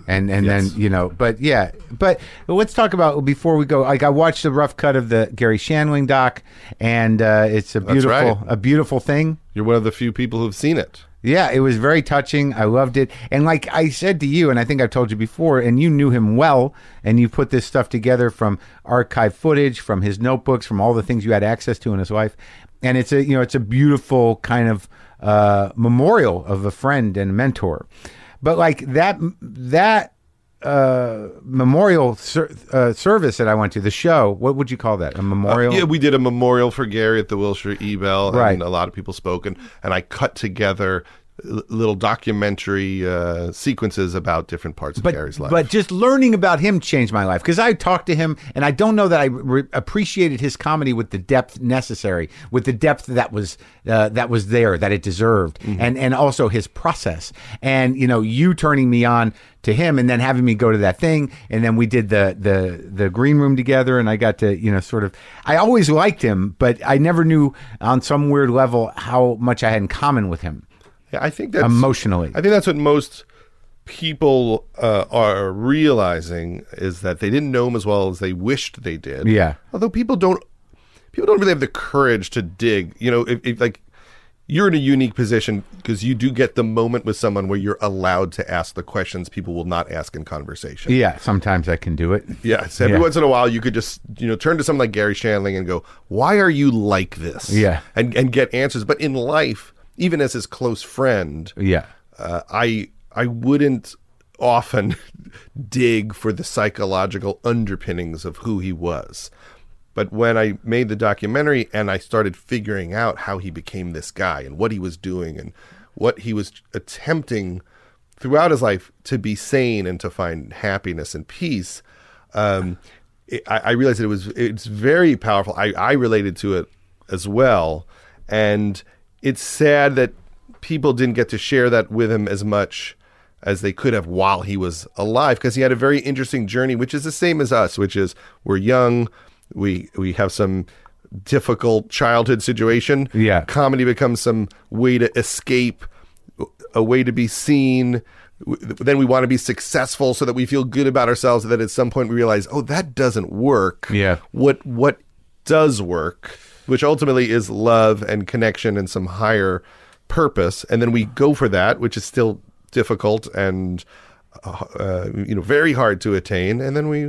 And and
Yes.
then you know, but yeah, but let's talk about before we go. Like I watched the rough cut of the Gary Shanling doc, and uh, it's a beautiful
right.
a beautiful thing.
You're one of the few people who've seen it.
Yeah, it was very touching. I loved it. And like I said to you, and I think I've told you before, and you knew him well, and you put this stuff together from archive footage, from his notebooks, from all the things you had access to in his life. And it's a you know it's a beautiful kind of uh, memorial of a friend and mentor. But like that that uh, memorial ser- uh, service that I went to, the show, what would you call that? A memorial?
Yeah, we did a memorial for Gary at the Wilshire Ebel,
Right.
and a lot of people spoke, and, and I cut together l- little documentary uh, sequences about different parts of Gary's life.
But just learning about him changed my life because I talked to him, and I don't know that I re- appreciated his comedy with the depth necessary, with the depth that was uh, that was there, that it deserved,
Mm-hmm.
and and also his process. And you know, you turning me on to him, and then having me go to that thing, and then we did the the the green room together, and I got to you know sort of. I always liked him, but I never knew on some weird level how much I had in common with him
Yeah, I think that's
emotionally.
I think that's what most people uh, are realizing is that they didn't know him as well as they wished they did.
Yeah.
Although people don't, people don't really have the courage to dig. You know, if, if like you're in a unique position because you do get the moment with someone where you're allowed to ask the questions people will not ask in conversation.
yeah, sometimes I can do it.
Yes. Every
Yeah.
once in a while, you could just you know turn to someone like Gary Shandling and go, "Why are you like this?"
Yeah.
And and get answers. But in life, even as his close friend,
Yeah.
uh, I I wouldn't often dig for the psychological underpinnings of who he was. But when I made the documentary and I started figuring out how he became this guy and what he was doing and what he was attempting throughout his life to be sane and to find happiness and peace, um, it, I, I realized that it was it's very powerful. I, I related to it as well, and it's sad that people didn't get to share that with him as much as they could have while he was alive because he had a very interesting journey which is the same as us which is we're young we we have some difficult childhood situation
Yeah.
comedy becomes some way to escape a way to be seen W- then we want to be successful so that we feel good about ourselves and then at some point we realize oh that doesn't work
Yeah.
what what does work, which ultimately is love and connection and some higher purpose, and then we go for that, which is still difficult and uh, uh, you know very hard to attain, and then we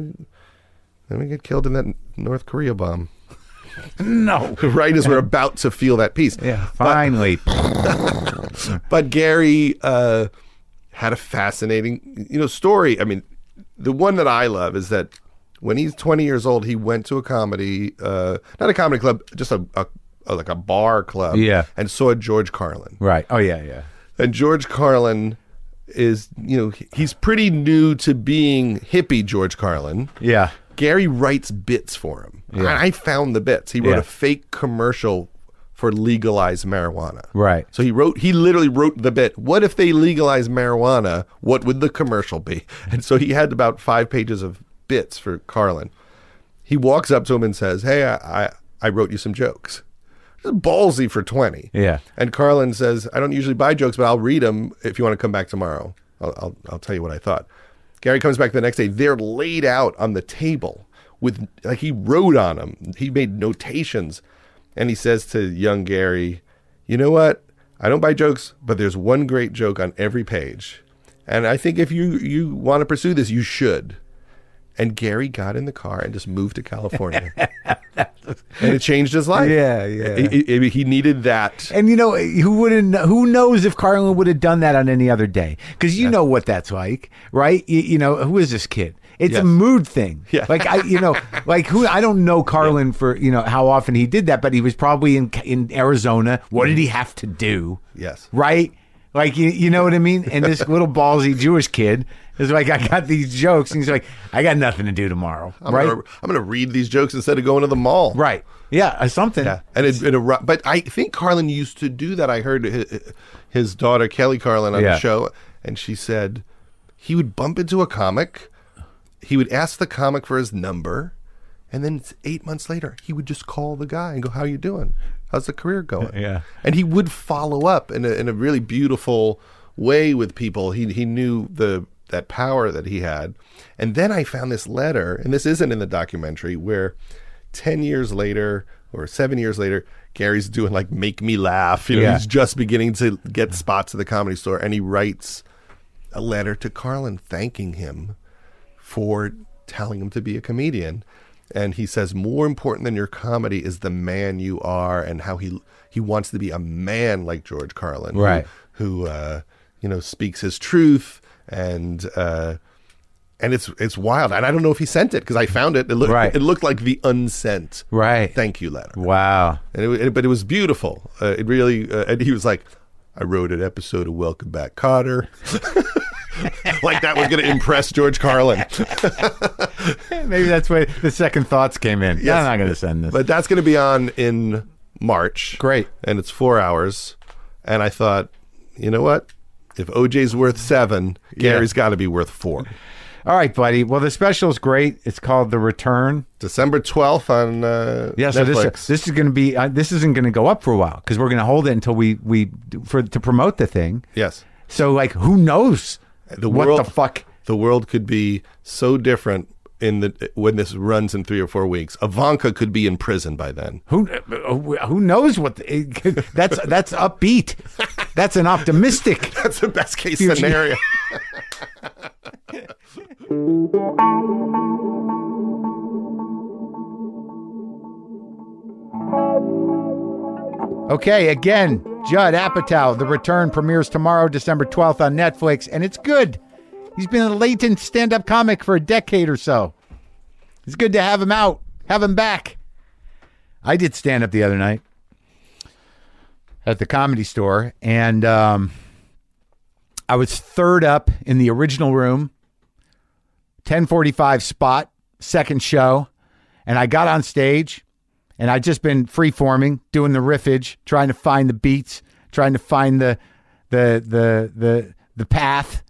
then we get killed in that North Korea bomb.
No.
Right as we're about to feel that peace.
Yeah, finally.
but Gary uh, had a fascinating, you know, story. I mean, the one that I love is that when he's 20 years old, he went to a comedy, uh, not a comedy club, just a, a, a like a bar club,
Yeah.
and saw George Carlin.
right. Oh yeah, yeah.
And George Carlin is, you know, he- he's pretty new to being hippie. George Carlin,
Yeah.
Gary writes bits for him. And I found the bits. He wrote
Yeah.
a fake commercial for legalized marijuana.
Right.
So he wrote he literally wrote the bit, what if they legalize marijuana? What would the commercial be? And so he had about 5 pages of bits for Carlin. He walks up to him and says, "Hey, I I, I wrote you some jokes." This is ballsy for 20.
Yeah.
And Carlin says, "I don't usually buy jokes, but I'll read them if you want to come back tomorrow. I'll, I'll, I'll tell you what I thought." Gary comes back the next day. They're laid out on the table with like he wrote on them. He made notations, and he says to young Gary, "You know what? I don't buy jokes, but there's one great joke on every page, and I think if you you want to pursue this, you should." And Gary got in the car and just moved to California. and it changed his life.
Yeah, yeah.
He- he- he needed that.
And you know who wouldn't? Who knows if Carlin would have done that on any other day? Because you know what that's like, right? You, you know who is this kid? It's a
Yes.
mood thing.
Yeah.
Like I, you know, like who? I don't know Carlin for you know how often he did that, but he was probably in in Arizona. What did he have to do?
Yes.
Right. Like you, you know what I mean? And this little ballsy Jewish kid is like, I got these jokes, and he's like, I got nothing to do tomorrow,
I'm
right?
Gonna, I'm going to read these jokes instead of going to the mall.
Right? Yeah, uh, something.
And it, it erupted, but I think Carlin used to do that. I heard his, his daughter Kelly Carlin on
Yeah.
the show, and she said he would bump into a comic, he would ask the comic for his number, and then it's eight months later he would just call the guy and go, "How you doing? How's the career going?"
Yeah.
and he would follow up in a, in a really beautiful way with people. He he knew the that power that he had, and then I found this letter, and this isn't in the documentary, where ten years later or seven years later, Gary's doing like "Make Me Laugh." You know,
Yeah.
he's just beginning to get spots at the comedy store, and he writes a letter to Carlin thanking him for telling him to be a comedian. And he says, more important than your comedy is the man you are, and how he he wants to be a man like George Carlin, who-
Right.
Who, uh, you know speaks his truth, and uh, and it's it's wild. And I don't know if he sent it because I found it. It looked
Right.
it looked like the unsent
Right.
thank you letter
Wow.
and it, wa- it- but it was beautiful. Uh, it really, uh, and he was like, "I wrote an episode of Welcome Back, Cotter." like that was going to impress George Carlin,
Eh, Maybe that's where the second thoughts came in. Yeah, I'm not going to send this.
but that's going to be on in March.
Great.
and it's four hours. And I thought, you know what? If OJ's worth seven, Gary's got to be worth four.
All right, buddy. Well, the special is great. It's called The Return.
December twelfth on uh,
Yeah, so
Netflix.
this this is going to be uh, this isn't going to go up for a while because we're going to hold it until we we do- for to promote the thing.
yes,
So like, who knows
The
what
world-
the fuck?
the world could be so different in the when this runs in three or four weeks. Ivanka could be in prison by then.
Who uh, who knows what? The, it- that's that's upbeat. That's an optimistic.
That's the best case
Huge-
scenario.
Okay, again, Judd Apatow, The Return premieres tomorrow, December 12th on Netflix, and it's good. He's been a latent stand up comic for a decade or so. It's good to have him out, have him back. I did stand up the other night at the comedy store, and um, I was third up in the original room, 1045 spot, second show, and I got on stage and I've just been free-forming, doing the riffage, trying to find the beats, trying to find the the the the the path.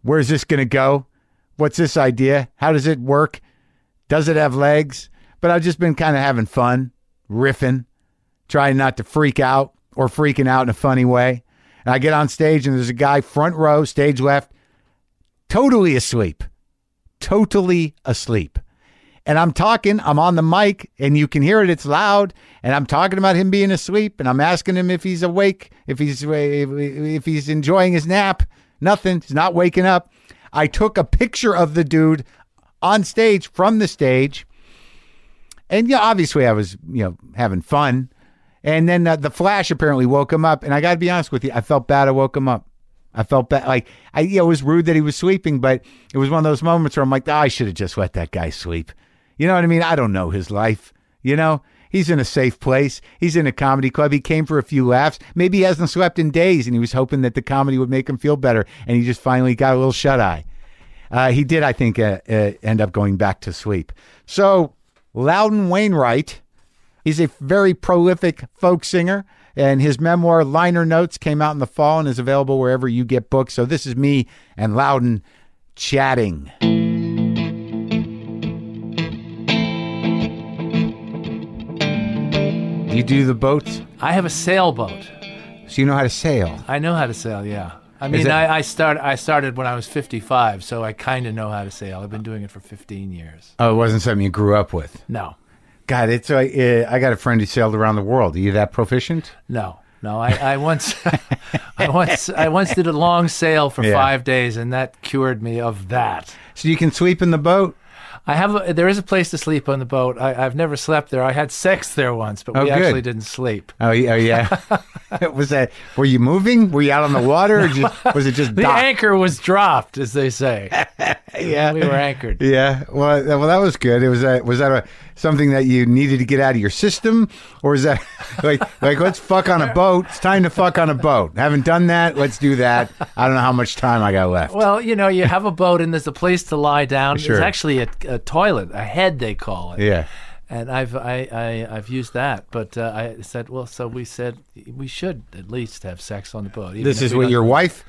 Where's this going to go? What's this idea? How does it work? Does it have legs? But I've just been kind of having fun, riffing, trying not to freak out or freaking out in a funny way. And I get on stage and there's a guy front row, stage left, totally asleep. Totally asleep and I'm talking, I'm on the mic, and you can hear it, it's loud, and I'm talking about him being asleep, and I'm asking him if he's awake, if he's if he's enjoying his nap. Nothing, he's not waking up. I took a picture of the dude on stage from the stage. And yeah, obviously I was, you know, having fun. And then uh, the flash apparently woke him up, and I got to be honest with you, I felt bad I woke him up. I felt bad, like I, you know, it was rude that he was sleeping, but it was one of those moments where I'm like, "Ah, I should have just let that guy sleep. You know what I mean? I don't know his life. You know, he's in a safe place. He's in a comedy club. He came for a few laughs. Maybe he hasn't slept in days, and he was hoping that the comedy would make him feel better, and he just finally got a little shut eye. Uh, he did, I think, uh, uh, end up going back to sleep. So, Loudon Wainwright, he's a very prolific folk singer, and his memoir, Liner Notes, came out in the fall and is available wherever you get books. So, this is me and Loudon chatting. You do the boats,
I have a sailboat.
so you know how to sail.
I know how to sail. Yeah. I mean,
it-
I, I start. I started when I was 55, so I kind of know how to sail. I've been doing it for 15 years.
Oh, it wasn't something you grew up with.
No,
God, it's like uh, I got a friend who sailed around the world. Are you that proficient?
no, no. I, I once, I once, I once did a long sail for
Yeah.
five days, and that cured me of that.
So you can sleep in the boat.
I have. A, there is a place to sleep on the boat. I, I've never slept there. I had sex there once, but
Oh,
we
good.
actually didn't sleep.
Oh, yeah. Oh, yeah. was that? Were you moving? Were you out on the water? Or just, was it just
The
dock?
anchor was dropped, as they say. yeah, we were anchored.
Yeah. Well, that- well, that was good. It was that was that a, something that you needed to get out of your system, or is that like like let's fuck on a boat? It's time to fuck on a boat. Haven't done that. Let's do that. I don't know how much time I got left.
Well, you know, you have a boat and there's a place to lie down.
Sure.
There's actually a, a toilet, a head they call it.
yeah.
And I've I, I I've used that, but uh, I said, well, so we said we should at least have sex on the boat. even
This
if
is
we
what
don't-
your wife.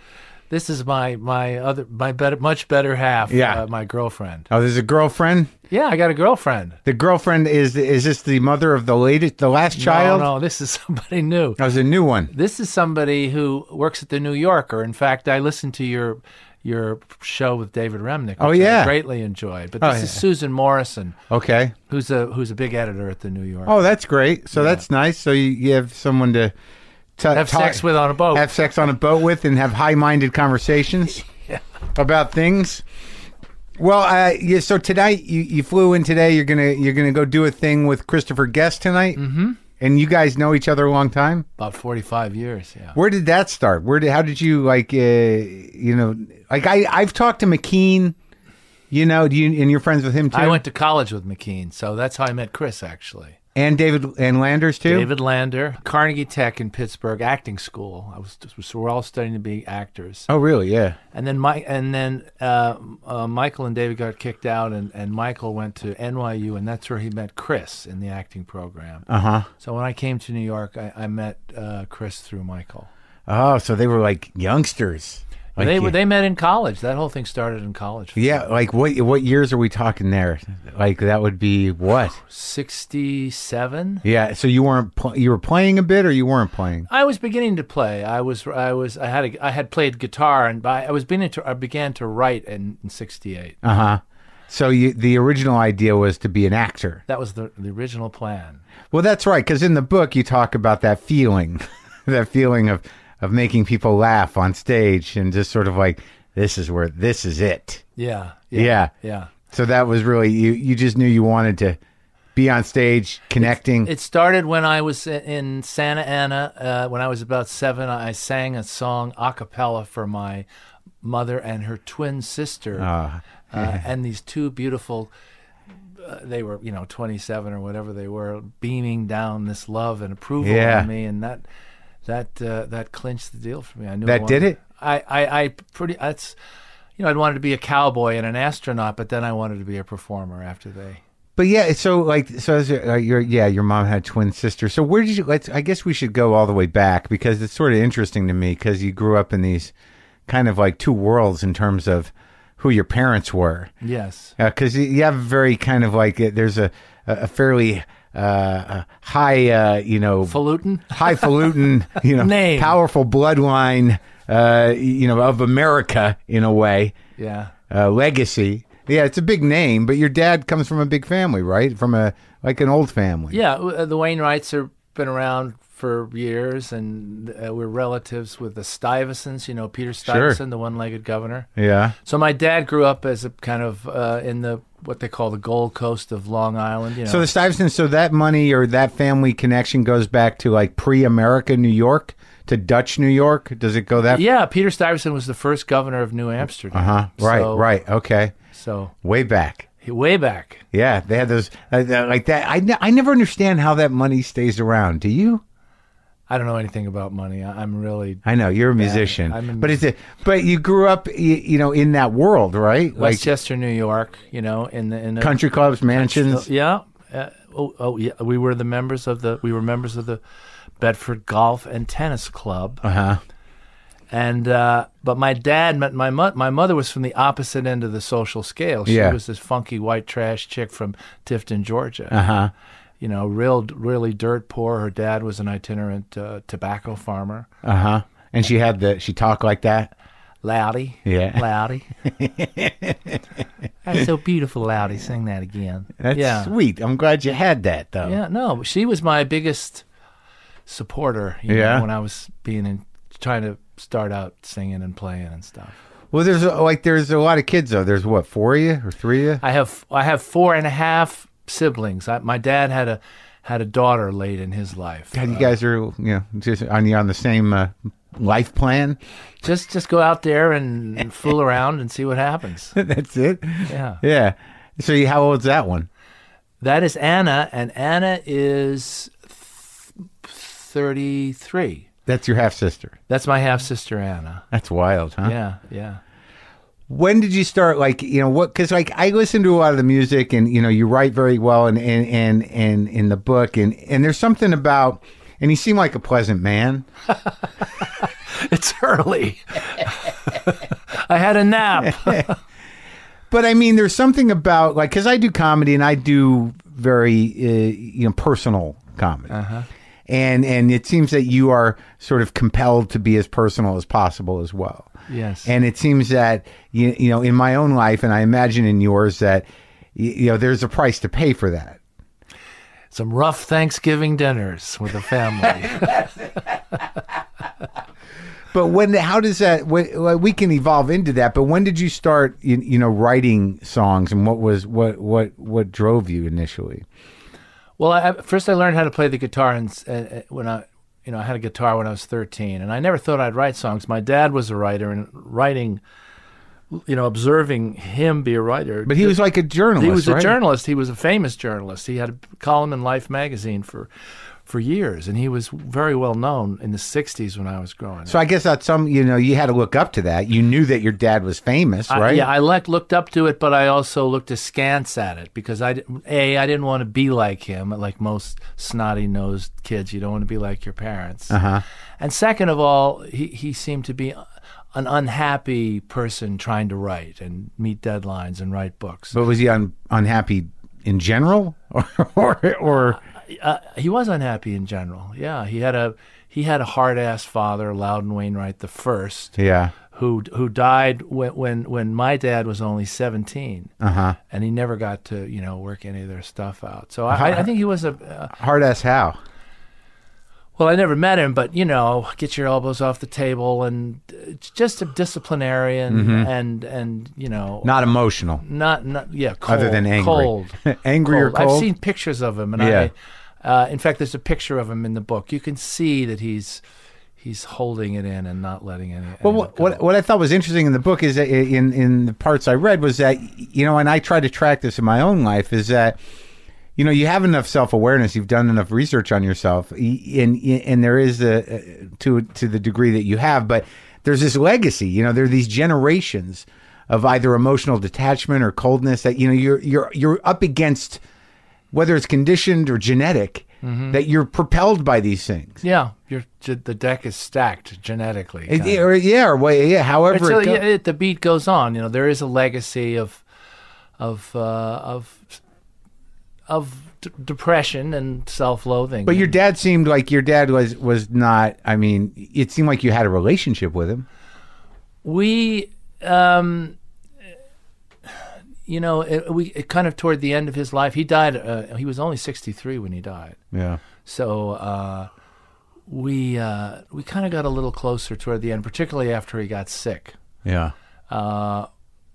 This is my my other my better much better half.
Yeah.
uh, my girlfriend.
Oh, there's a girlfriend.
Yeah, I got a girlfriend.
The girlfriend is is this the mother of the latest, the last child?
No, no, this is somebody new.
That was a new one.
This is somebody who works at the New Yorker. In fact, I listened to your your show with David Remnick.
Oh,
which I
yeah. Oh,
greatly enjoyed. But this
yeah.
is Susan Morrison,
Okay.
who's a who's a big editor at the New Yorker.
Oh, that's great. So that's nice. So you, you have someone to t-
Have
talk-
sex with on a boat.
have sex on a boat with and have high-minded conversations about things. Well, uh, yeah, so tonight you, you flew in today. You're gonna you're gonna go do a thing with Christopher Guest tonight, mm-hmm. and you guys know each other a long time.
About forty five years. Yeah.
Where did that start? Where did how did you like uh, you know like I I've talked to McKean, you know, do you, and you're friends with him too,
I went to college with McKean, so that's how I met Chris actually.
and David and Landers too.
David Lander, Carnegie Tech in Pittsburgh, acting school. I was so we're all studying to be actors.
Oh, really? Yeah.
And then Mike, and then uh, uh, Michael and David got kicked out, and, and Michael went to NYU, and that's where he met Chris in the acting program.
Uh huh.
So when I came to New York, I, I met uh, Chris through Michael.
Oh, so they were like youngsters. Like,
they
yeah.
were they met in college. That whole thing started in college.
Yeah, like what what years are we talking there? Like that would be what?
sixty seven.
Yeah, so you weren't pl- you were playing a bit or you weren't playing.
I was beginning to play. I was I was I had a, I had played guitar, and by, I was beginning to I began to write in, in sixty eight.
Uh-huh. So you, the original idea was to be an actor.
That was the the original plan.
Well, that's right cuz in the book you talk about that feeling, that feeling of of making people laugh on stage and just sort of like this is where this is it.
Yeah.
Yeah.
Yeah.
So that was really you you just knew you wanted to be on stage connecting.
It started when I was i- in Santa Ana. Uh, when I was about seven, I sang a song a cappella for my mother and her twin sister, uh,
Ah.
and these two beautiful. Uh, they were, you know, 27 or whatever they were, beaming down this love and approval
Yeah.
on me, and that that uh, that clinched the deal for me. I knew I
That did
wanted-
it?
I, I, I pretty. That's, you know, I'd wanted to be a cowboy and an astronaut, but then I wanted to be a performer after they.
But yeah, so like, so as uh, your yeah, your mom had twin sisters. So where did you? Let's. I guess we should go all the way back because it's sort of interesting to me because you grew up in these kind of like two worlds in terms of who your parents were.
Yes.
Because you have very kind of like uh, there's a a fairly uh, uh, high uh, you know
Falutin?
highfalutin you know
Name.
powerful bloodline uh, you know of America in a way
Yeah.
uh, legacy. Yeah, it's a big name, but your dad comes from a big family, right? From a like an old family.
Yeah, w- uh, the Wainwrights have been around for years, and uh, we're relatives with the Stuyvesants. You know, Peter Stuyvesant, the one-legged governor.
Yeah.
So my dad grew up as a kind of uh, in the what they call the Gold Coast of Long Island. You know,
So the Stuyvesants, so that money or that family connection goes back to like pre-America New York to Dutch New York. Does it go that?
yeah, Peter Stuyvesant was the first governor of New Amsterdam.
Uh huh. Right.
So-
Right. Okay.
So
Way back.
he- way back.
Yeah, they had those uh, uh, like that. I ne- I never understand how that money stays around. Do you?
I don't know anything about money. I, I'm really
I know you're a musician,
I'm a
but it's a, but you grew up, you, you know, in that world, right? Like
Westchester, New York. You know, in the in the
country clubs, mansions.
Yeah. Uh, oh, oh, yeah. We were the members of the we were members of the Bedford Golf and Tennis Club.
Uh huh.
And uh, but my dad met my mo- my mother was from the opposite end of the social scale. She
Yeah.
was this funky white trash chick from Tifton, Georgia.
Uh huh.
You know, real really dirt poor. Her dad was an itinerant uh, tobacco farmer.
Uh huh. And she had the she talked like that.
Loudy.
Yeah.
Loudy. That's so beautiful, Loudy. Sing that again.
That's
yeah.
sweet. I'm glad you had that though.
Yeah, no, she was my biggest supporter. You
Yeah.
know, when I was being in, trying to start out singing and playing and stuff.
Well, there's uh, like there's a lot of kids though. There's what four of you or three of you?
I have I have four and a half siblings. I, my dad had a had a daughter late in his life.
God, you guys are you know just on the on the same uh, life plan.
Just just go out there and, and fool around and see what happens.
That's it.
Yeah.
Yeah. So you, how old's that one?
That is Anna, and Anna is th- 33.
That's your half sister.
That's my half sister Anna.
That's wild, huh?
Yeah, yeah.
When did you start? Like you know what? Because like I listen to a lot of the music, and you know you write very well, and and and and in the book, and and there's something about. And he seemed like a pleasant man.
It's early. I had a nap.
But I mean, there's something about like because I do comedy and I do very uh, you know personal comedy,
Uh-huh.
and and it seems that you are sort of compelled to be as personal as possible as well.
Yes.
And it seems that you you know in my own life, and I imagine in yours that y- you know there's a price to pay for that.
Some rough Thanksgiving dinners with the family.
But when how does that when, like, we can evolve into that? But when did you start you, you know writing songs and what was what what what drove you initially?
Well, I, I- first I learned how to play the guitar, and s- uh, uh, when I, you know, I had a guitar when I was 13, and I never thought I'd write songs. My dad was a writer, and writing, you know, observing him be a writer.
But he was like a journalist.
he was a
right?
journalist. He was a famous journalist. He had a column in Life magazine for, for years, and he was very well known in the 60s when I was growing up.
So I guess that's some you know you had to look up to that. You knew that your dad was famous,
I-
right?
yeah, I like looked up to it, but I also looked askance at it because I di- a I didn't want to be like him, like most snotty nosed kids. You don't want to be like your parents. Uh-huh. And second of all, he he seemed to be an unhappy person trying to write and meet deadlines and write books.
but was he un- unhappy in general, or or, or
uh, he was unhappy in general. Yeah, he had a he had a hard ass father, Loudon Wainwright the first.
yeah?
who who died when when, when my dad was only 17
Uh-huh.
and he never got to you know work any of their stuff out so
Uh-huh.
i, I- I think he was a uh,
Hard ass how?
well i never met him but you know get your elbows off the table and uh, just a disciplinarian and and you know
Mm-hmm. Not emotional.
not not yeah cold,
Other than angry.
cold
Angry or
I've
cold?
seen pictures of him and
Yeah.
I uh, in fact there's a picture of him in the book you can see that he's He's holding it in and not letting any. any
Well,
of
what,
it go.
what what I thought was interesting in the book is that in in the parts I read was that you know, and I try to track this in my own life is that you know you have enough self awareness, you've done enough research on yourself, y- and and there is a to to the degree that you have, but there's this legacy. You know, there are these generations of either emotional detachment or coldness that you know you're you're you're up against whether it's conditioned or genetic
Mm-hmm.
that you're propelled by these things.
Yeah, your the deck is stacked genetically.
It-
kinda.
or yeah, or well, yeah, however
But so,
it goes.
yeah, it- the beat goes on. You know, there is a legacy of, of, uh, of, of d- depression and self-loathing.
But your dad seemed like your dad was was not. I mean, it seemed like you had a relationship with him.
we, um, you know, it, we it kind of toward the end of his life. He died. Uh, he was only sixty-three when he died.
Yeah.
So uh, we uh, we kind of got a little closer toward the end, particularly after he got sick.
Yeah.
Uh,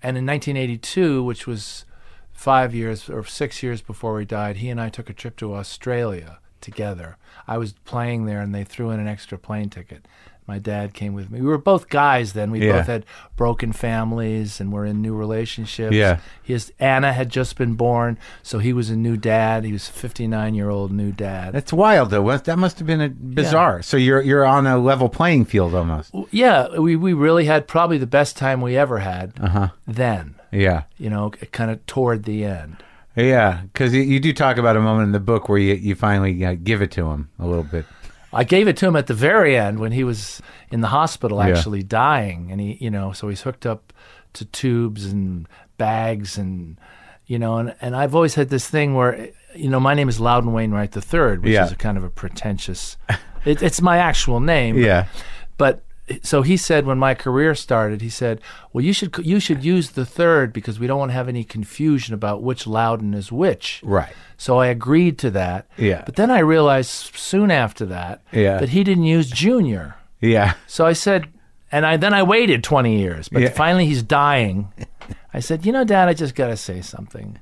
and in 1982, which was five years or six years before he died, he and I took a trip to Australia together. I was playing there, and they threw in an extra plane ticket. My dad came with me. We were both guys then. We
Yeah.
both had broken families and were in new relationships.
Yeah.
His Anna had just been born, so he was a new dad. He was a 59 year old new dad.
That's wild though. What- That must have been a bizarre. So you're you're on a level playing field almost.
W- yeah, we, we really had probably the best time we ever had
Uh-huh.
then,
Yeah.
you know, kind of toward the end.
Yeah. Because you, you do talk about a moment in the book where you you finally uh, give it to him a little bit.
I gave it to him at the very end when he was in the hospital,
Yeah.
actually dying, and he, you know, so he's hooked up to tubes and bags and, you know, and, and I've always had this thing where, you know, my name is Loudon Wainwright III, which
Yeah.
is a kind of a pretentious. it, it's my actual name. but-
Yeah.
but so he said when my career started, he said, "Well, you should you should use the third because we don't want to have any confusion about which Loudon is which."
Right.
So I agreed to that.
Yeah.
But then I realized soon after that
Yeah.
that he didn't use junior.
Yeah.
So I said, And I then I waited 20 years, but
Yeah.
finally he's dying. I said, "You know, Dad, I just got to say something.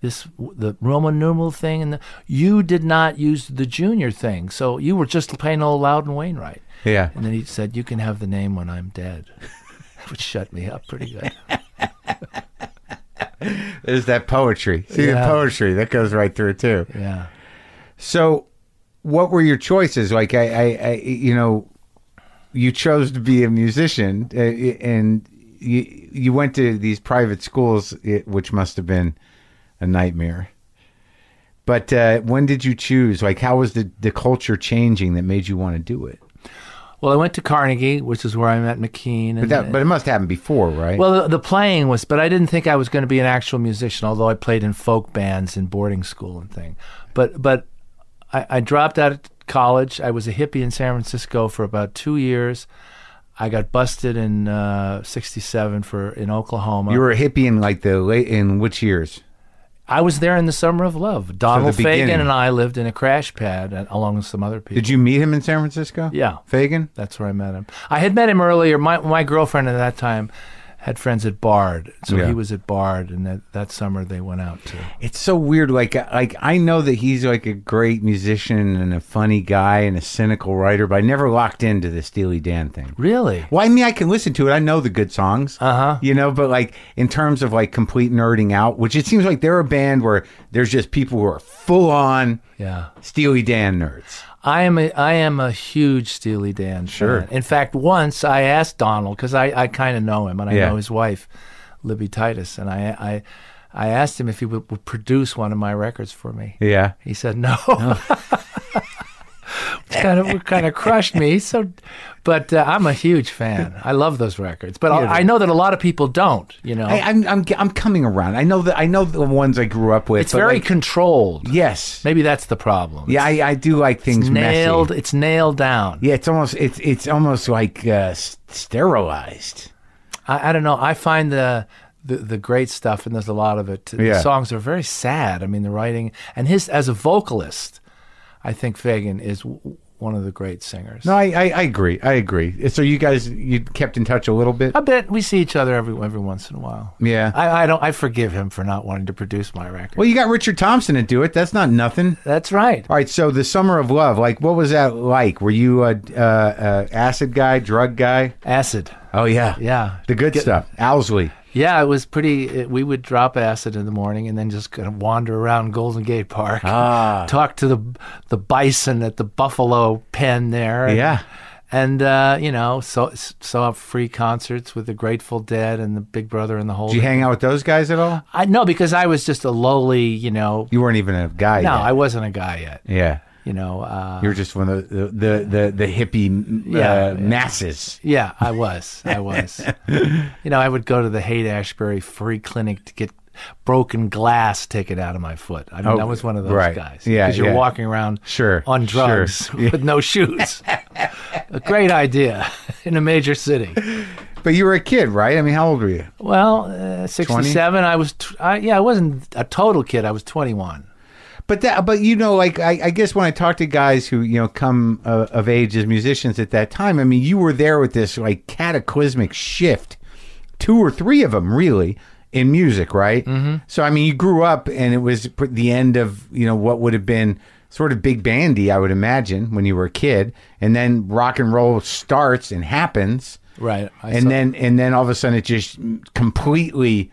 This the Roman numeral thing, and the, you did not use the junior thing, so you were just plain old Loudon Wainwright."
Yeah.
And then he said, "You can have the name when I'm dead," which shut me up pretty good.
There's that poetry. See the
Yeah.
poetry that goes right through it too.
Yeah.
So, what were your choices? Like, I, I, I you know, you chose to be a musician, uh, and you you went to these private schools, it, which must have been a nightmare. But uh, when did you choose? Like, how was the the culture changing that made you want to do it?
Well, I went to Carnegie, which is where I met McKean. And,
But that, but it must happen before, right?
Well, the, the playing was, but I didn't think I was going to be an actual musician, although I played in folk bands in boarding school and thing. But but I, I dropped out of college. I was a hippie in San Francisco for about two years. I got busted in uh, '67 for in Oklahoma.
you were a hippie in like the late in which years?
I was there in the summer of love. Donald Fagan
beginning.
and I lived in a crash pad and, along with some other people.
Did you meet him in San Francisco?
Yeah.
Fagan.
That's where I met him. I had met him earlier. My my girlfriend at that time had friends at Bard, so
Yeah.
he was at Bard, and that, that summer they went out to.
It's so weird. Like, like I know that he's like a great musician and a funny guy and a cynical writer, but I never locked into the Steely Dan thing.
Really?
Well, I mean, I can listen to it. I know the good songs,
Uh-huh.
You know, but like in terms of like complete nerding out, which it seems like they're a band where there's just people who are full on
Yeah.
Steely Dan nerds.
I am a I am a huge Steely Dan.
Sure.
Fan. In fact, once I asked Donald because I, I kind of know him and I
Yeah.
know his wife, Libby Titus, and I I I asked him if he would, would produce one of my records for me.
Yeah.
He said no. Which kind of kind of crushed me. So, but uh, I'm a huge fan. I love those records, but I I know that a lot of people don't. You know,
I, I'm, I'm, I'm coming around. I know that I know the ones I grew up with.
it's
but,
very
like,
controlled.
yes,
Maybe that's the problem.
yeah. I, I do like things
it's nailed.
Messy.
It's nailed down.
Yeah, it's almost it's it's almost like uh, s- sterilized.
I, I don't know. I find the, the the great stuff, and there's a lot of it.
Yeah.
The songs are very sad. I mean, the writing and his as a vocalist, I think Fagan is w- one of the great singers.
No, I, I, I agree. I agree. So you guys you kept in touch a little bit.
I bet we see each other every every once in a while.
Yeah.
I, I don't. I forgive him for not wanting to produce my record.
Well, you got Richard Thompson to do it. That's not nothing.
That's right.
All right. So the summer of love, like, what was that like? Were you a, uh, uh, acid guy, drug guy?
Acid.
Oh yeah,
Yeah.
The good stuff. Owsley.
Yeah, it was pretty. It, we would drop acid in the morning and then just kind of wander around Golden Gate Park.
Ah.
Talk to the the bison at the buffalo pen there. and-
Yeah.
And uh, you know, saw saw free concerts with the Grateful Dead and the Big Brother and the whole.
Did you hang out with those guys at all?
I no, because I was just a lowly, you know.
You weren't even a guy.
No,
yet.
I wasn't a guy yet.
Yeah.
You know. Uh,
You were just one of the the the, the hippie uh,
Yeah.
masses.
Yeah, I was. I was. you know, I would go to the Haight Ashbury free clinic to get broken glass taken out of my foot. I mean,
Oh,
I was one of those
right.
guys.
Yeah,
Because you're
yeah.
walking around
Sure,
on
sure.
drugs with no shoes. a great idea in a major city.
But you were a kid, right? I mean, how old were you?
Well, uh, 67, I was, tw- I, yeah, I wasn't a total kid. I was 21.
But that, but you know, like I, I guess when I talk to guys who you know come uh, of age as musicians at that time, I mean, you were there with this like cataclysmic shift, two or three of them really in music, right? Mm-hmm. So I mean, you grew up, and it was pr- the end of you know what would have been sort of big bandy, I would imagine, when you were a kid, and then rock and roll starts and happens,
Right. I
and
saw-
then and then all of a sudden it just completely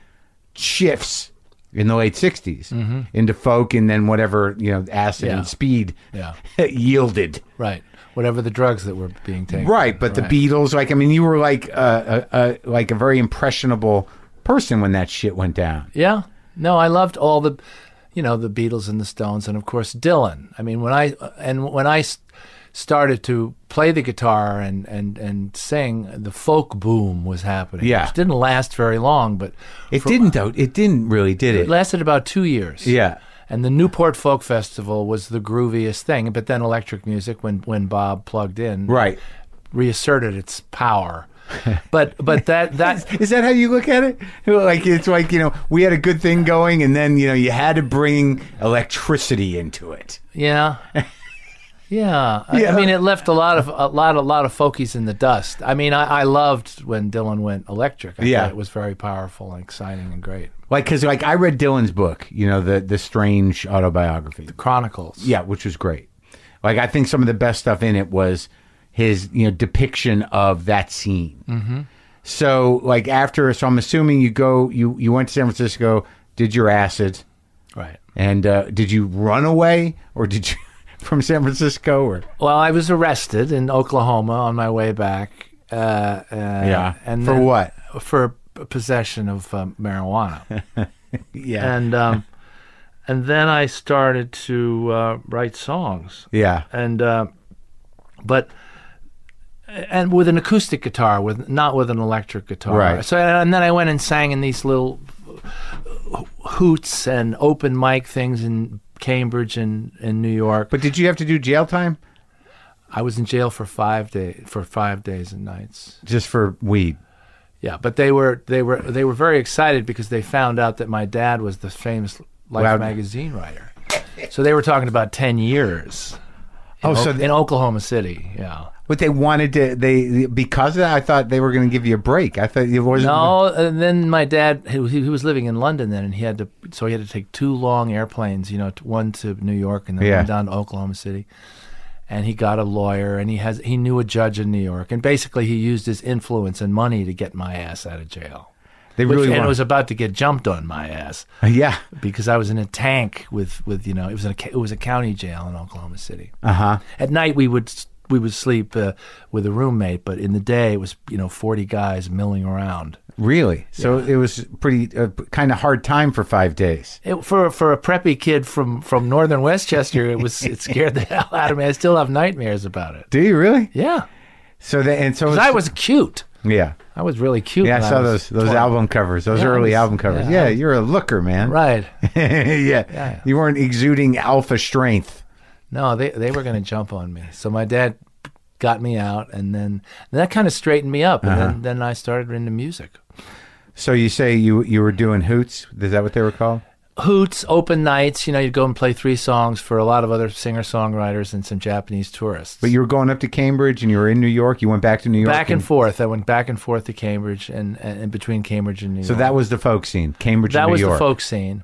shifts in the late 60s into folk and then whatever you know acid
Yeah.
and speed
Yeah.
yielded
right. Whatever the drugs that were being taken.
right but the beatles like i mean you were like a, a, a like a very impressionable person when that shit went down
Yeah. No, I loved all the, you know, the Beatles and the Stones, and of course Dylan. I mean, when I and when I s- started to play the guitar and and and sing, the folk boom was happening.
Yeah.
which didn't last very long, but
it didn't though it didn't really did
it
it
lasted about two years.
yeah
And the Newport Folk Festival was the grooviest thing, but then electric music, when when Bob plugged in,
right
reasserted its power. but but that that
is that how you look at it like it's like you know we had a good thing going and then you know you had to bring electricity into it
Yeah. Yeah, I, I mean, it left a lot of a lot a lot of folkies in the dust. I mean, I, I loved when Dylan went electric. I
Yeah.
thought it was very powerful and exciting and great.
Like, because like I read Dylan's book, you know, the the strange autobiography.
Chronicles.
Yeah, which was great. Like I think some of the best stuff in it was his you know depiction of that scene. Mm-hmm. So like after, so I'm assuming you go you you went to San Francisco, did your acid,
right.
and uh, did you run away or did you from San Francisco or
Well, I was arrested in Oklahoma on my way back. Uh, uh, yeah, and
For
then-
what?
For p- possession of um, marijuana,
yeah
and um, and then I started to uh, write songs.
yeah
and uh, but and with an acoustic guitar with not with an electric guitar
Right.
so and then i went and sang in these little hoots and open mic things in cambridge and in new york
But did you have to do jail time
i was in jail for five day for five days and nights
just for weed?
yeah but they were they were they were very excited because they found out that my dad was the famous life
Wow.
magazine writer so they were talking about 10 years in
Oh, so
O-
th-
in oklahoma city yeah
But they wanted to they because of that. I thought they were going to give you a break. I thought it wasn't.
No, and then my dad, he, he was living in London then, and he had to, so he had to take two long airplanes, you know, t- one to New York and then
Yeah.
one down to Oklahoma City. And he got a lawyer, and he has he knew a judge in New York, and basically he used his influence and money to get my ass out of jail.
they
Which-
really
and
wanted.
it was about to get jumped on my ass
yeah.
because I was in a tank with with you know it was in a, ca- it was a county jail in Oklahoma City.
Uh huh.
At night we would s- we would sleep uh, with a roommate, but in the day it was you know forty guys milling around.
Really? So it was pretty uh, kind of hard time for five days.
It, for for a preppy kid from from northern Westchester, it was it scared the hell out of me. I still have nightmares about it.
Do you really?
Yeah,
So that and Oh, so
'Cause I was cute.
yeah
I was really cute.
yeah. I
when
saw
was
those those
12.
album covers, those
Yeah, I
early
was-
album covers.
yeah,
Yeah,
I
you're a looker, man.
Right?
yeah.
yeah.
you weren't exuding alpha strength.
No, they they were going to jump on me. So my dad got me out, and then and that kind of straightened me up.
Uh-huh.
And then, then I started into music.
So you say you you were doing hoots? Is that what they were called?
Hoots, open nights. You know, you'd go and play three songs for a lot of other singer songwriters and some Japanese tourists.
But you were going up to Cambridge and you were in New York. You went back to New York.
back and forth. I went back and forth to Cambridge and, and, and between Cambridge and New
So
York.
that was the folk scene, Cambridge
that
and New
was
York.
the folk scene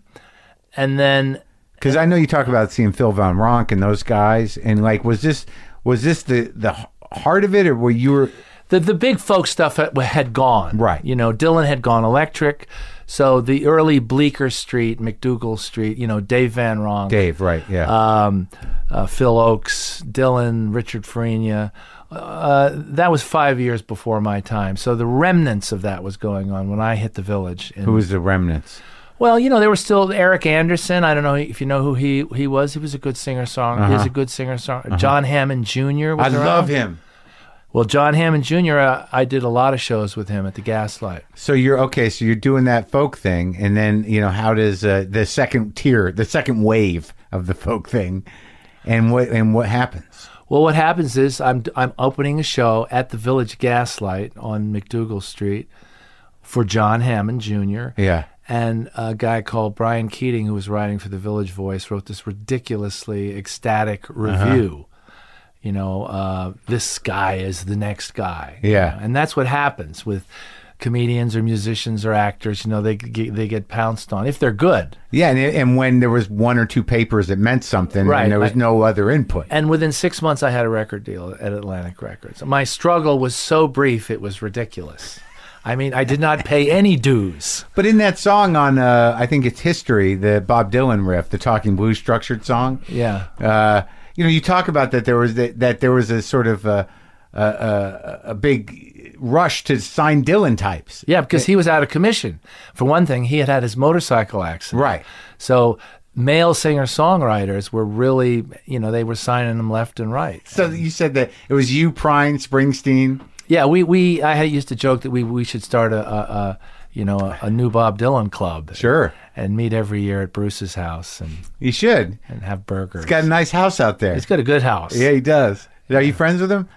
and then
Because I know you talk about seeing Phil Von Ronk and those guys, and like, was this was this the the heart of it, or were you were
the, the big folk stuff had, had gone
Right.
you know dylan had gone electric so the early bleecker street mcdougal street you know dave van ronk
Dave? Right? Yeah.
um, uh, phil oakes dylan richard Farina. Uh, that was five years before my time so the remnants of that was going on when i hit the village in
Who was the remnants?
Well, you know, there was still Eric Anderson. I don't know if you know who he, he was. He was a good singer song. He was a
Uh-huh.
good singer song. John Hammond Jr. was around.
him.
Well, John Hammond Jr. Uh, I did a lot of shows with him at the Gaslight.
So you're okay. So you're doing that folk thing, and then you know how does uh, the second tier, the second wave of the folk thing, and what and what happens?
Well, what happens is I'm I'm opening a show at the Village Gaslight on McDougal Street for John Hammond Jr.
Yeah.
And a guy called Brian Keating, who was writing for the Village Voice, wrote this ridiculously ecstatic review. You know, uh, this guy is the next guy. you
Yeah.
know, and that's what happens with comedians or musicians or actors. You know, they get, they get pounced on if they're good.
Yeah, and, and when there was one or two papers that meant something,
Right,
and there was
like-
no other input.
And within six months, I had a record deal at Atlantic Records. My struggle was so brief, it was ridiculous. I mean, I did not pay any dues.
But in that song on, uh, I think it's History, the Bob Dylan riff, the Talking Blue structured song.
Yeah.
Uh, you know, you talk about that there was that, that there was a sort of a, a, a, a big rush to sign Dylan types.
Yeah, because he was out of commission. For one thing, he had had his motorcycle accident.
Right.
So male singer songwriters were really, you know, they were signing them left and right.
So you said that it was you, Prine, Springsteen.
Yeah, we, we I had used to joke that we, we should start a, a, a you know a, a new Bob Dylan club.
Sure.
And meet every year at Bruce's house and,
You should.
and have burgers.
He's got a nice house out there.
He's got a good house.
Yeah, he does. Are you friends with him?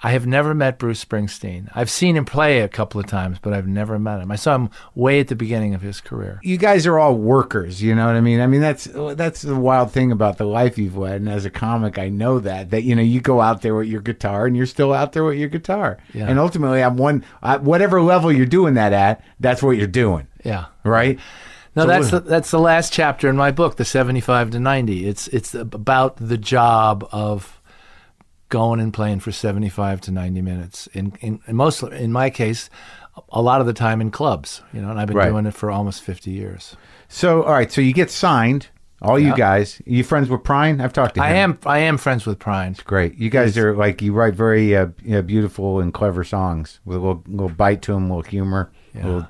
I have never met Bruce Springsteen. I've seen him play a couple of times, but I've never met him. I saw him way at the beginning of his career.
you guys are all workers. You know what I mean? I mean that's that's the wild thing about the life you've led. And as a comic, I know that that you know you go out there with your guitar and you're still out there with your guitar.
Yeah.
And ultimately, I'm one at whatever level you're doing that at. That's what you're doing,
Yeah.
right?
No,
So
that's
what-
the, that's the last chapter in my book, the seventy-five to ninety. It's it's about the job of going and playing for seventy-five to ninety minutes. In in, in most in my case, a lot of the time in clubs. You know, and I've been
Right.
doing it for almost fifty years.
So all right, so you get signed. All you guys, you friends with Prine? I've talked to him.
I am I am friends with Prine.
Great. You guys are like you write very uh, you know, beautiful and clever songs with a little, little bite to them, a little humor, a little,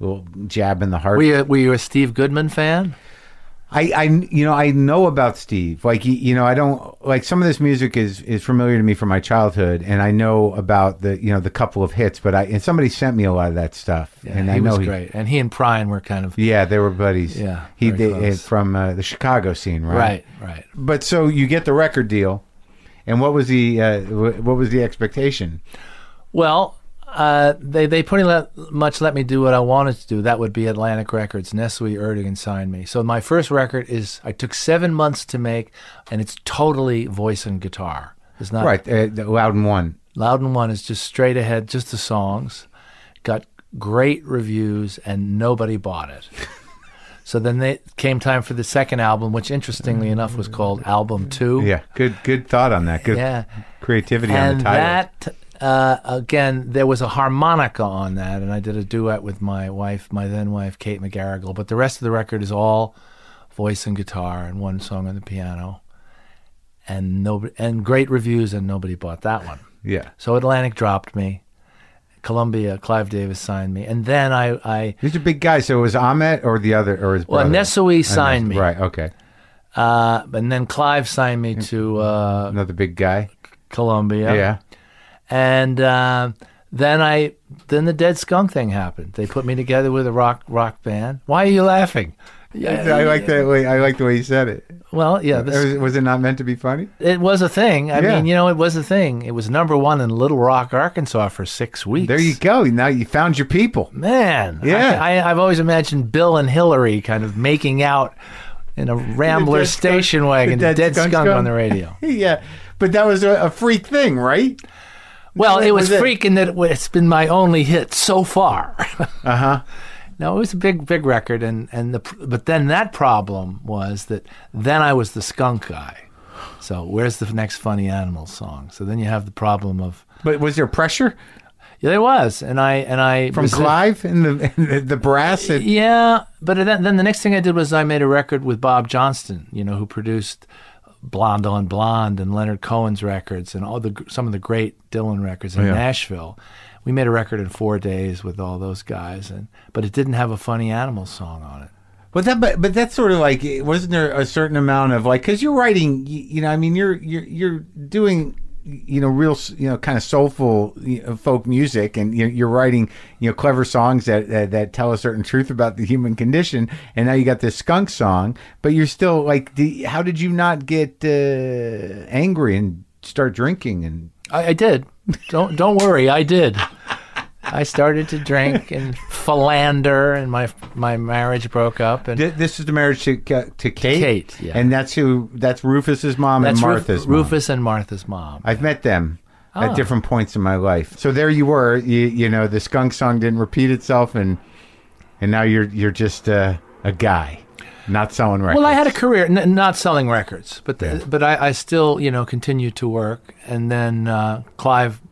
little jab in the heart.
Were you, were you a Steve Goodman fan?
I, I, you know, I know about Steve. Like, you- you know, I don't like some of this music is is familiar to me from my childhood, and I know about the, you know, the couple of hits. But I and somebody sent me a lot of that stuff, and
he
I know
was
he-
great, and he and Prine were kind of
Yeah, they were buddies.
Yeah,
he
very
did it
close.
from uh, the Chicago scene, right?
right, right.
But so you get the record deal, and what was the uh, wh- what was the expectation?
Well, uh, they they pretty let, much let me do what I wanted to do. That would be Atlantic Records. Nestle Erdogan signed me. So my first record is I took seven months to make, and it's totally voice and guitar. It's not
Right, uh, the Loudon one.
Loudon One is just straight ahead, just the songs. Got great reviews, and nobody bought it. so then they came time for the second album, which interestingly enough was called Album Two.
Yeah, good good thought on that. Good
Yeah
creativity on
and
the title.
that uh, again there was a harmonica on that and i did a duet with my wife my then wife kate mcgarrigle but the rest of the record is all voice and guitar and one song on the piano and nobody and great reviews and nobody bought that one
yeah.
so atlantic dropped me columbia clive davis signed me and then i i
These are big guys. So it was Ahmet or the other or his
well
brother?
nesui signed me
Right. Okay.
uh, and then clive signed me to uh,
Another big guy.
columbia
Yeah.
and uh, then I then the Dead Skunk thing happened. They put me together with a rock rock band. Why are you laughing?
I like that. Way, I like the way you said it.
Well, yeah,
It
this,
Was, was it not meant to be funny?
it was a thing. I
Yeah.
mean, you know, it was a thing. It was number one in Little Rock, Arkansas, for six weeks.
There you go. Now you found your people.
man.
Yeah.
I, I, I've always imagined Bill and Hillary kind of making out in a Rambler
Dead Skunk-
station wagon,
the
Dead,
Dead
skunk,
Skunk Skunk.
on the radio.
yeah, but that was a, a freak thing, right?
Well,
What
it was,
was it?
freaking that it was- it's been my only hit so far. uh huh.
Uh-huh.
No, it was a big, big record, and and the pr- but then that problem was that then I was the skunk guy. So where's the next funny animal song? So then you have the problem of
But was there pressure
yeah, there was, and I and I
from
resi-
Clive and the and the, the brass? And,
Yeah, but then, then the next thing I did was I made a record with Bob Johnston, you know, who produced Blonde on Blonde and Leonard Cohen's records and all the gr- some of the great Dylan records
Oh,
in Nashville. We made a record in four days with all those guys, and but it didn't have a funny animal song on it.
but that, but, but that's sort of like, wasn't there a certain amount of like, because you're writing, you, you know, I mean, you're you're you're doing. You know, real, s- you know, kind of soulful you know, folk music, and you're, you're writing, you know, clever songs that, that that tell a certain truth about the human condition. And now you got this skunk song, but you're still like, the, how did you not get uh, angry and start drinking and
I, I did. Don't don't worry, I did. I started to drink and philander, and my my marriage broke up, and
Th- This is the marriage to Ca- to Kate.
Kate, yeah.
and that's who that's Rufus's mom
that's
and
Ruf-
Martha's. mom.
Rufus and Martha's mom.
I've met them
Oh.
at different points in my life. So there you were. You, you know, the skunk song didn't repeat itself, and and now you're you're just uh, a guy, not selling records.
Well, I had a career, n- not selling records, but the, but I, I still you know continued to work, and then uh, Clive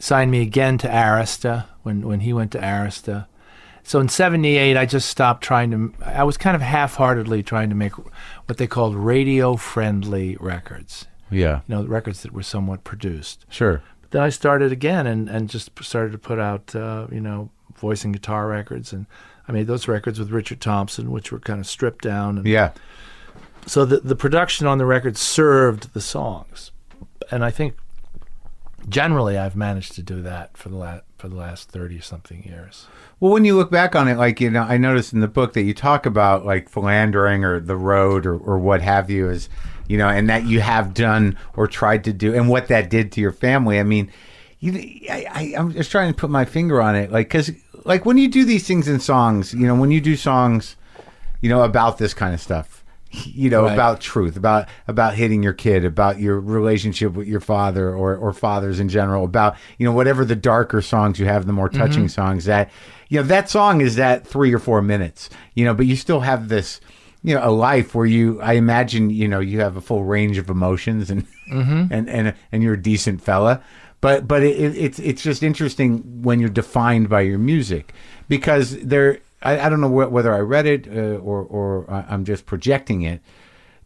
signed me again to Arista when when he went to Arista. So in '78, I just stopped trying to. I was kind of half-heartedly trying to make what they called radio-friendly records.
Yeah.
You know, records that were somewhat produced.
Sure.
But then I started again and, and just started to put out, uh, you know, voice and guitar records. And I made those records with Richard Thompson, which were kind of stripped down. And
yeah.
so the, the production on the record served the songs and i think generally, I've managed to do that for the last for the last thirty something years.
Well, when you look back on it, like you know, I noticed in the book that you talk about like philandering or the road or, or what have you is, you know, and that you have done or tried to do, and what that did to your family. I mean, you, I, I, I'm just trying to put my finger on it, like because like when you do these things in songs, you know, when you do songs, you know, about this kind of stuff, you know,
Right.
about truth, about about hitting your kid, about your relationship with your father or or fathers in general, about you know whatever the darker songs you have, the more touching songs that you know that song is that three or four minutes, you know, but you still have this. You know, a life where you, I imagine, you know, you have a full range of emotions and and and and you're a decent fella, but but it, it, it's it's just interesting when you're defined by your music because there I, I don't know wh- whether I read it uh, or or I- I'm just projecting it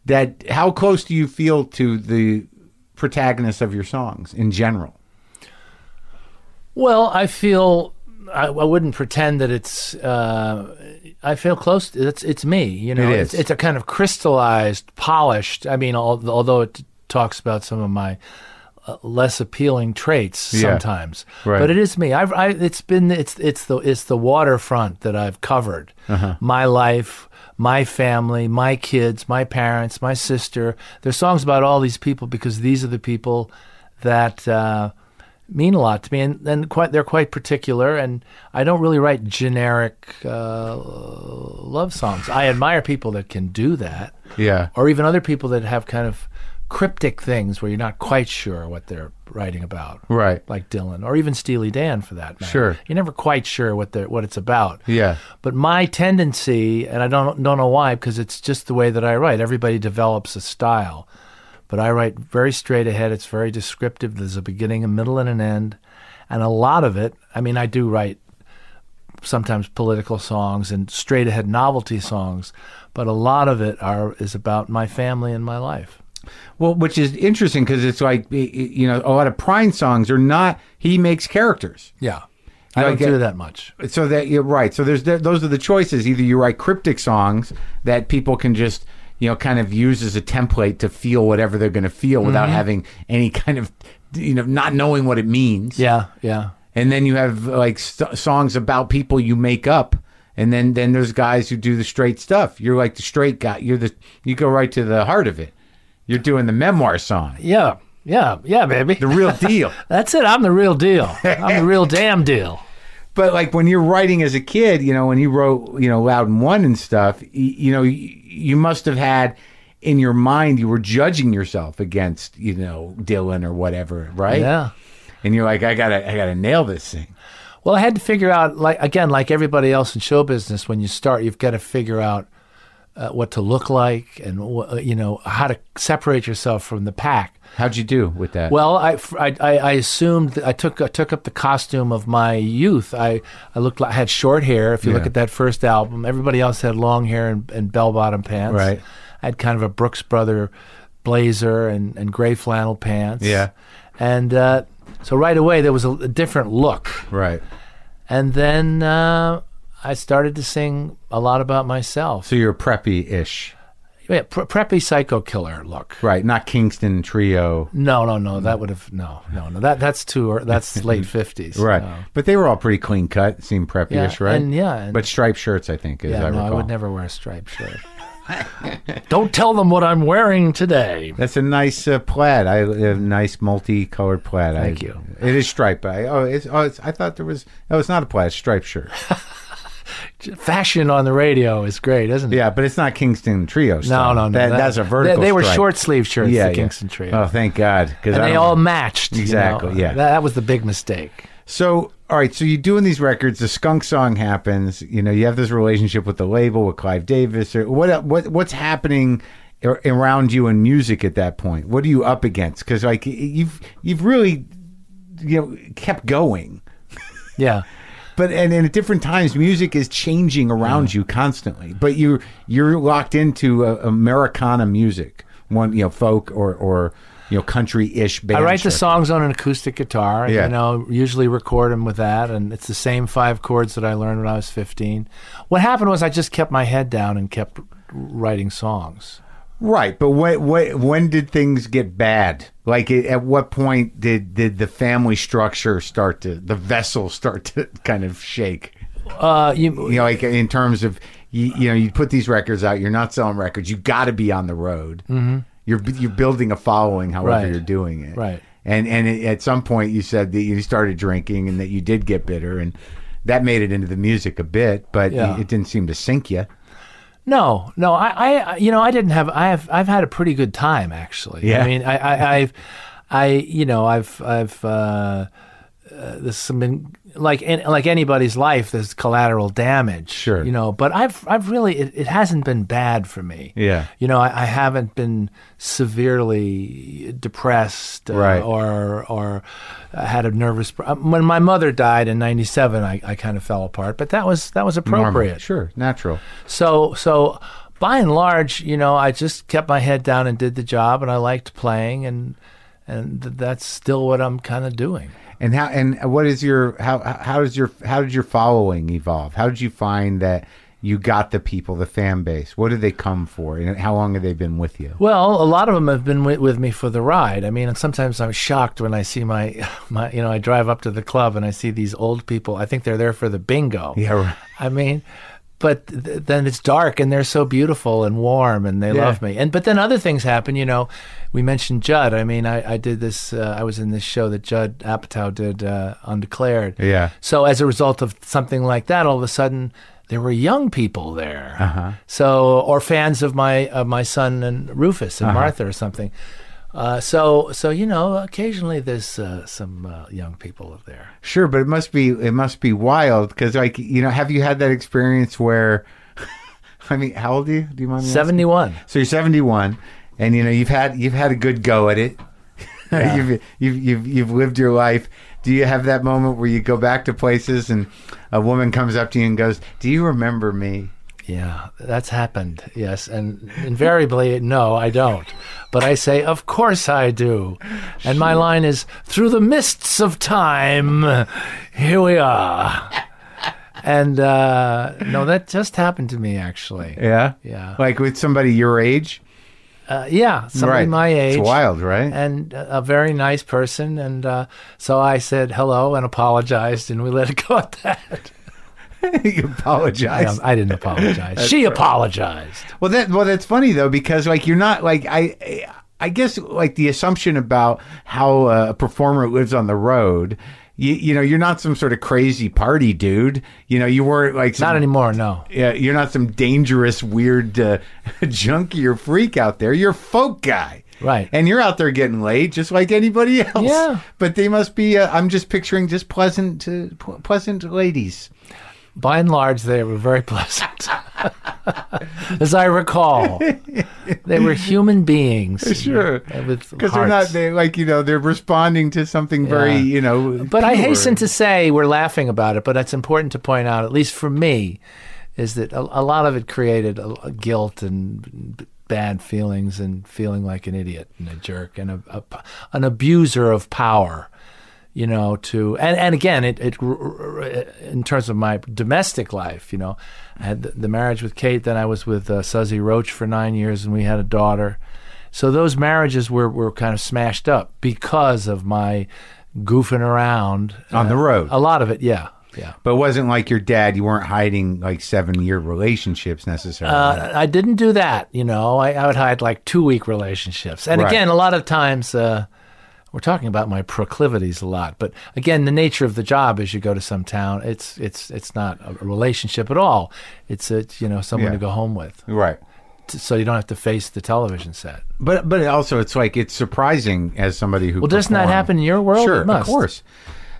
that how close do you feel to the protagonists of your songs in general?
Well, I feel I, I wouldn't pretend that it's. Uh, I feel close. To, it's it's me. You know,
It is.
It's, it's a kind of crystallized, polished. I mean, al- although it talks about some of my uh, less appealing traits
Yeah.
sometimes,
Right.
but it is me. I've I, it's been it's it's the it's the waterfront that I've covered.
Uh-huh.
My life. My family, my kids, my parents, my sister. There's songs about all these people because these are the people that uh, mean a lot to me, and, and quite they're quite particular. And I don't really write generic uh, love songs. I admire people that can do that,
Yeah.
or even other people that have kind of cryptic things where you're not quite sure what they're writing about,
Right.
Like Dylan, or even Steely Dan for that matter.
Sure.
you're never quite sure what they're what it's about.
Yeah.
But my tendency, and I don't don't know why, because it's just the way that I write. Everybody develops a style, but I write very straight ahead. It's very descriptive. There's a beginning, a middle, and an end, and a lot of it. I mean, I do write sometimes political songs and straight ahead novelty songs, but a lot of it are is about my family and my life.
Well, which is interesting because it's like y- y- you know a lot of Prine songs are not he makes characters.
Yeah, I
Like
don't
it-
do that much.
so that you're right. So there's those are the choices. Either you write cryptic songs that people can just you know kind of use as a template to feel whatever they're going to feel without having any kind of you know not knowing what it means.
Yeah, yeah.
And then you have like st- songs about people you make up. And then then there's guys who do the straight stuff. You're like the straight guy. You're the you go right to the heart of it. You're doing the memoir song,
Yeah, yeah, yeah, baby.
the real deal.
That's it. I'm the real deal. I'm the real damn deal.
but like when you're writing as a kid, you know, when you wrote, you know, Loud and One and stuff, you, you know, you, you must have had in your mind you were judging yourself against, you know, Dylan or whatever, right?
Yeah.
And you're like, I gotta, I gotta nail this thing.
Well, I had to figure out, like again, like everybody else in show business, when you start, you've got to figure out uh, what to look like and wh- uh, you know how to separate yourself from the pack.
How'd you do with that?
Well, I, I, I- I assumed that I took I took up the costume of my youth. I, I looked like I had short hair. If you look
Yeah.
at that first album, everybody else had long hair and, and bell bottom pants.
Right.
I had kind of a Brooks brother blazer and, and gray flannel pants.
Yeah.
And uh, so right away there was a, a different look.
right.
And then uh, I started to sing a lot about myself.
So you're preppy-ish,
Yeah, pre- preppy psycho killer look.
right? Not Kingston Trio,
No, no, no.
Mm.
That would have no, no, no. That that's too. ear- That's late fifties.
right? But they were all pretty clean cut, seemed preppy-ish,
Yeah,
right?
and- yeah, and-
but striped shirts, I think, as
Yeah,
I
no,
recall.
I would never wear a striped shirt. Don't tell them what I'm wearing today.
That's a nice uh, plaid. I a nice multicolored plaid.
Thank
I,
you.
It is striped. but I, oh, it's, oh it's, I thought there was. Oh, it's not a plaid. It's a striped shirt.
Fashion on the radio is great, isn't it?
Yeah, but it's not Kingston Trio.
No,
style.
no, no.
That,
that-
that's a
they-
vertical.
They, were
stripe.
short sleeve shirts.
Yeah,
Yeah,
yeah.
Kingston Trio.
Oh, thank God. Because
and they all matched. you know.
Exactly, yeah.
That, that was the big mistake.
So, all right. So you're doing these records. The skunk song happens. You know, you have this relationship with the label with Clive Davis. Or what? What? What's happening ar- around you in music at that point? What are you up against? Because like y- you've you've really you know kept going.
Yeah.
But and, and at different times, music is changing around you constantly. But you you're locked into uh, Americana music, one you know folk or or you know country ish band.
I write the
structure.
songs on an acoustic guitar.
Yeah.
You know, usually record them with that, and it's the same five chords that I learned when I was 15. What happened was I just kept my head down and kept writing songs.
Right, but when, when when did things get bad? Like, at at what point did did the family structure start to the vessel start to kind of shake?
Uh, you,
You know, like in terms of you, you know, you put these records out, you're not selling records, you got to be on the road. Mm-hmm. You're bu- you're building a following, however
Right.
you're doing it.
Right.
And and it- at some point, you said that you started drinking and that you did get bitter, and that made it into the music a bit, but
Yeah.
it didn't seem to sink you.
No, no, I, I, I- you know, I didn't have. I have, I've had a pretty good time actually.
Yeah.
I mean, I, I, I've, I, you know, I've, I've, uh, uh, this has been like, in, like anybody's life, there's collateral damage.
Sure.
You know, but I've, I've really, it, it hasn't been bad for me.
Yeah.
You know, I, I haven't been severely depressed uh,
Right.
or, or uh, had a nervous. Pr- when my mother died in '97, I, I kind of fell apart, but that was, that was appropriate.
Sure, natural.
So so by and large, you know, I just kept my head down and did the job, and I liked playing, and and th- that's still what I'm kind of doing.
And how and what is your how how does your how did your following evolve? How did you find that you got the people, the fan base? What did they come for? And how long have they been with you?
Well, a lot of them have been with, with me for the ride. I mean, and sometimes I'm shocked when I see my my you know I drive up to the club and I see these old people. I think they're there for the bingo.
Yeah, right.
I mean. But th- then it's dark, and they're so beautiful and warm, and they
Yeah.
love me. And but then other things happen. You know, we mentioned Judd. I mean, I, I did this. Uh, I was in this show that Judd Apatow did, uh, Undeclared.
Yeah.
So as a result of something like that, all of a sudden there were young people there. So or fans of my of my son and Rufus and Martha or something. Uh, so so you know occasionally there's uh, some uh, young people there.
Sure, but it must be it must be wild because like you know, have you had that experience where? I mean, how old are you? Do you mind? me asking?
Seventy one.
So you're 71, and you know you've had you've had a good go at it. you've, you've you've you've lived your life. Do you have that moment where you go back to places and a woman comes up to you and goes, "Do you remember me?"
Yeah, that's happened. Yes, and invariably no, I don't. But I say, of course I do. And my line is, through the mists of time, here we are. And uh, no, that just happened to me actually.
Yeah.
Yeah.
Like with somebody your age?
Uh, yeah, somebody
right.
my age.
It's wild, right?
And a a very nice person. And uh, so I said hello and apologized, and we let it go at that.
you
I,
apologize.
um, I didn't apologize. she apologized.
Well, that well, that's funny though because like you're not like I. I I guess like the assumption about how uh, a performer lives on the road, you, you know, you're not some sort of crazy party dude. You know, you weren't like some,
Not anymore, no.
Yeah, you're not some dangerous, weird uh, junkie or freak out there. You're a folk guy.
Right.
And you're out there getting laid just like anybody else.
Yeah.
But they must be, uh, I'm just picturing just pleasant, uh, pl- pleasant ladies.
by and large, they were very pleasant. As I recall, they were human beings.
Sure.
uh, With
Because they're not,
hearts.
they like, you know, they're responding to something very,
Yeah.
you know.
But I
pure.
hasten to say we're laughing about it, but it's important to point out, at least for me, is that a, a lot of it created a, a guilt and b- bad feelings and feeling like an idiot and a jerk and a, a p- an abuser of power. You know, to and, and again, it, it r- r- in terms of my domestic life, you know, I had the, the marriage with Kate, then I was with uh, Suzy Roach for nine years, and we had a daughter. So those marriages were, were kind of smashed up because of my goofing around Uh,
On the road.
A lot of it, yeah, yeah.
But it wasn't like your dad. You weren't hiding like seven year relationships necessarily.
Uh, I didn't do that, you know. I, I would hide like two week relationships, and
Right.
again, a lot of times uh, we're talking about my proclivities a lot. But again, the nature of the job is you go to some town. It's it's it's not a relationship at all. It's a you know someone
Yeah.
to go home with,
right.
t- so you don't have to face the television set.
But but also it's like it's surprising as somebody who
Well, doesn't that
performed-
happen in your world?
Sure,
It must.
of course.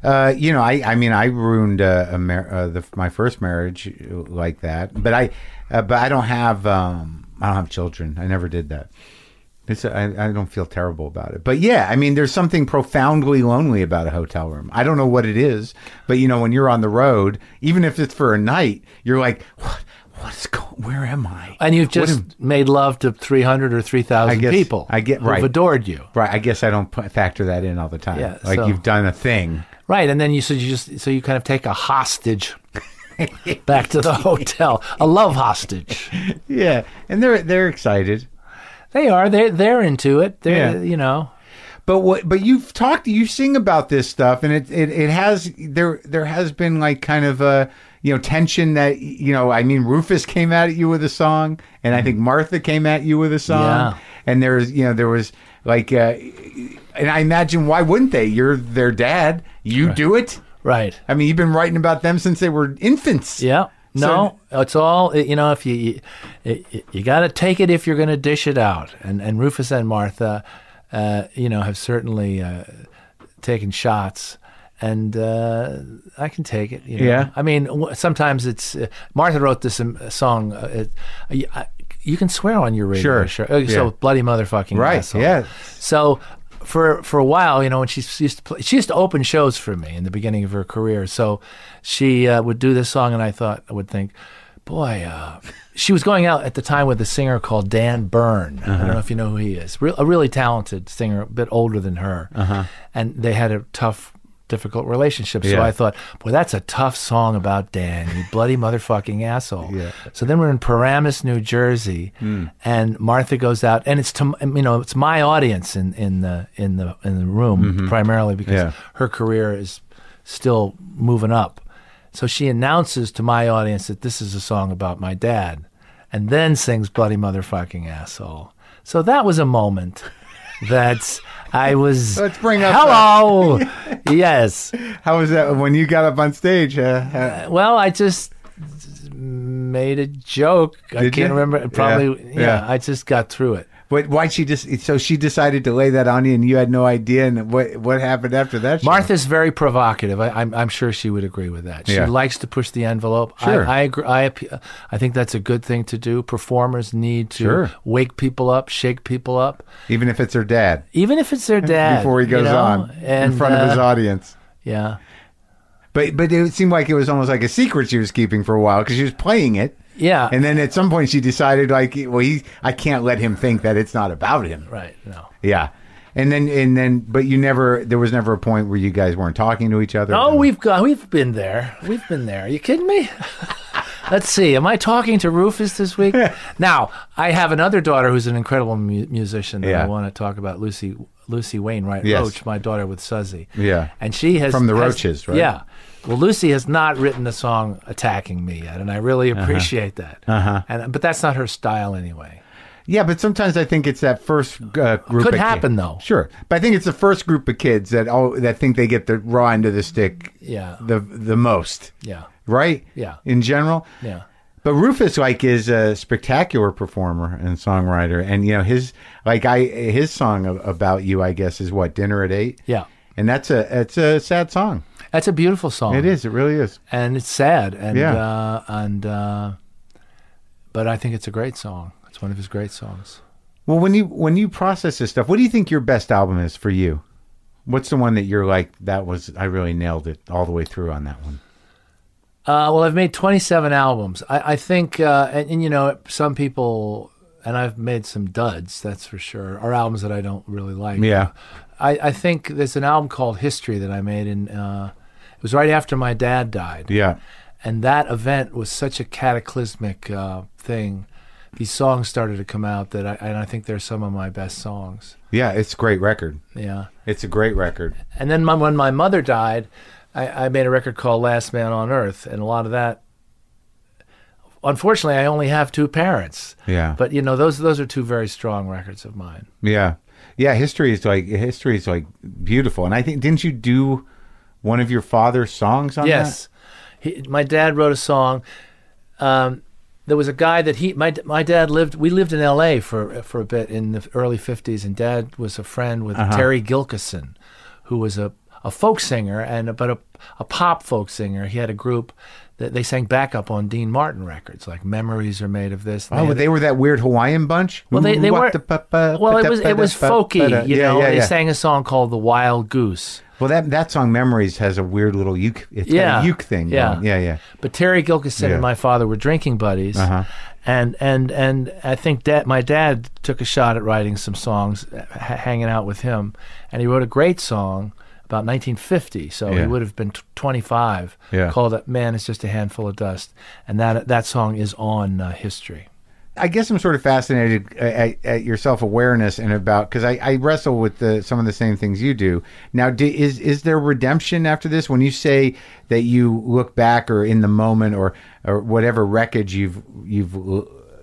Uh, you know, I, I mean, I ruined uh, a mar- uh, the, my first marriage uh, like that, but I, uh, but I don't have, um, I don't have children. I never did that. It's, I, I don't feel terrible about it, but yeah, I mean, there's something profoundly lonely about a hotel room. I don't know what it is, but you know, when you're on the road, even if it's for a night, you're like, what, what's going? Where am I?
And you've
What
just
am-
made love to three hundred or three
I
thousand
guess-
people.
I get-
who've
right.
adored you.
right. I guess I don't p- factor that in all the time.
Yeah,
like
so-
you've done a thing.
Right, and then you so you just so you kind of take a hostage back to the hotel, a love hostage.
Yeah, and they're they're excited.
They are. They they're into it. They're,
Yeah.
You know.
But what? But you've talked. You sing about this stuff, and it, it it has there there has been like kind of a you know tension that you know I mean Rufus came at you with a song, and I think Martha came at you with a song,
Yeah.
and there was you know there was like, uh, and I imagine why wouldn't they? You're their dad. You do it.
Right.
I mean, you've been writing about them since they were infants.
Yeah. No, it's all you know. If you you, you, you got to take it if you're going to dish it out, and and Rufus and Martha, uh, you know, have certainly uh, taken shots, and uh, I can take it. You know?
Yeah.
I mean, w- sometimes it's uh, Martha wrote this um, song. Uh, it, you, I, you can swear on your radio.
Sure.
Uh, So
Yeah.
bloody motherfucking
Right,
asshole.
yeah.
So for for a while, you know, when she s- used to play, she used to open shows for me in the beginning of her career. So she uh, would do this song, and I thought I would think, boy, uh, she was going out at the time with a singer called Dan Byrne. I
Uh-huh.
don't know if you know who he is. Real, a really talented singer, a bit older than her,
Uh-huh.
and they had a tough. Difficult relationship. So
Yeah.
I thought, boy, that's a tough song about Dan, you bloody motherfucking asshole.
Yeah. Hmm.
So then we're in Paramus, New Jersey, and Martha goes out, and it's to you know it's my audience in in the in the in the room primarily because
Mm-hmm. Yeah.
her career is still moving up. So she announces to my audience that this is a song about my dad, and then sings "Bloody Motherfucking Asshole." So that was a moment that I was.
Let's bring up
hello. yes. Uh,
How was that when you got up on stage? Uh, uh,
Well, I just made a joke. I
Did
can't
you?
remember. Probably,
Yeah.
yeah,
Yeah.
I just got through it.
but why she just? So she decided to lay that on you, and you had no idea. And what what happened after that? show?
Martha's very provocative. I, I'm, I'm sure she would agree with that. She
Yeah.
likes to push the envelope.
Sure.
I, I, agree, I, appe- I think that's a good thing to do. Performers need to
Sure.
wake people up, shake people up,
even if it's her dad.
even if it's their dad.
before he
you
goes
know?
on
And,
in front of his
uh,
audience.
Yeah.
But but it seemed like it was almost like a secret she was keeping for a while because she was playing it.
Yeah.
And then at some point she decided like, well, he I can't let him think that it's not about him.
right. No.
Yeah. And then and then but you never there was never a point where you guys weren't talking to each other.
Oh, we've got we've been there. We've been there. Are you kidding me? Let's see. Am I talking to Rufus this week? now, I have another daughter who's an incredible mu- musician that
Yeah.
I want to talk about, Lucy Lucy Wainwright
Yes.
Roach, my daughter with Suzy.
Yeah.
And she has
From the
has-
Roaches, right?
Yeah. Well, Lucy has not written a song attacking me yet, and I really appreciate that. Uh-huh. And but that's not her style anyway.
Yeah, but sometimes I think it's that first uh, group.
Could
of
happen,
kids.
though.
Sure, but I think it's the first group of kids that all that think they get the raw end of the stick.
Yeah.
the the most.
Yeah.
right.
Yeah.
in general.
Yeah.
But Rufus like is a spectacular performer and songwriter, and you know his like I his song a- about you I guess is what dinner at eight.
Yeah.
and that's a it's a sad song.
That's a beautiful song.
It is. It really is.
and it's sad and
Yeah.
uh, and uh, but I think it's a great song. It's one of his great songs.
Well, when you when you process this stuff, what do you think your best album is for you? What's the one that you're like that was I really nailed it all the way through on that one?
Uh, well, I've made 27 albums. I, I think, uh, and, and you know, some people, and I've made some duds, that's for sure, or albums that I don't really like.
Yeah.
I, I think there's an album called History that I made, and uh, it was right after my dad died.
Yeah.
And that event was such a cataclysmic uh, thing. These songs started to come out that I, and I think they're some of my best songs.
Yeah, it's a great record.
Yeah.
It's a great record.
And then my, when my mother died, I, I made a record called Last Man on Earth, and a lot of that. Unfortunately, I only have two parents.
Yeah.
But you know, those those are two very strong records of mine.
Yeah. Yeah, history is like history is like beautiful. And I think didn't you do one of your father's songs on
Yes, he, my dad wrote a song. Um, there was a guy that he my my dad lived. We lived in L.A. for for a bit in the early '50s, and Dad was a friend with
Uh-huh.
Terry Gilkison, who was a a folk singer and a, but a a pop folk singer. He had a group that they sang backup on Dean Martin records, like "Memories Are Made of This." and
that? Oh,
had-
they were that weird Hawaiian bunch.
well, they, they
Ooh,
were
wa-da-pa-pa,
well. It was it was folky,
pa-da-pa-da.
you
Yeah,
know.
yeah,
They
yeah.
sang a song called "The Wild Goose."
Well, that that song "Memories" has a weird little uke. It's
yeah.
got a uke thing.
Yeah,
going. yeah, yeah.
But Terry Gilkison
Yeah. Uh-huh.
and my father were drinking buddies, and and and I think that my dad took a shot at writing some songs, h- hanging out with him, and he wrote a great song about 1950. So
Yeah.
he would have been t- 25.
Yeah.
Called "Man Is Just a Handful of Dust," and that that song is on uh, history.
I guess I'm sort of fascinated uh, at, at your self awareness and about because I, I wrestle with the, some of the same things you do. Now, do, is is there redemption after this? When you say that you look back or in the moment or or whatever wreckage you've you've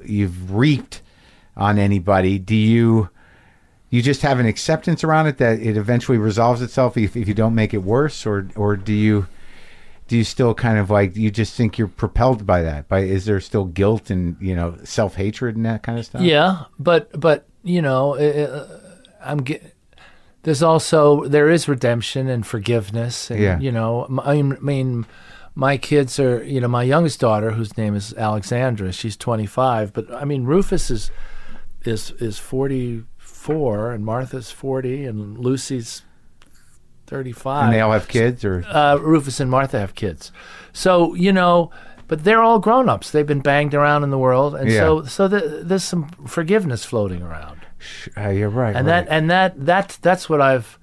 you've reaped on anybody, do you you just have an acceptance around it that it eventually resolves itself if, if you don't make it worse, or or do you? do you still kind of like you just think you're propelled by that by is there still guilt and you know self-hatred and that kind of stuff
Yeah, but but you know, uh, I'm get. There's also there is redemption and forgiveness, and
Yeah.
you know, m- I mean, my kids are you know my youngest daughter whose name is Alexandra, she's 25, but I mean Rufus is is is 44 and Martha's 40 and Lucy's 35.
and they all have kids or
uh, Rufus and Martha have kids. So you know, but they're all grown ups. They've been banged around in the world, and so so th- there's some forgiveness floating around,
uh, you're right
and
right.
that and that that's that's what I've.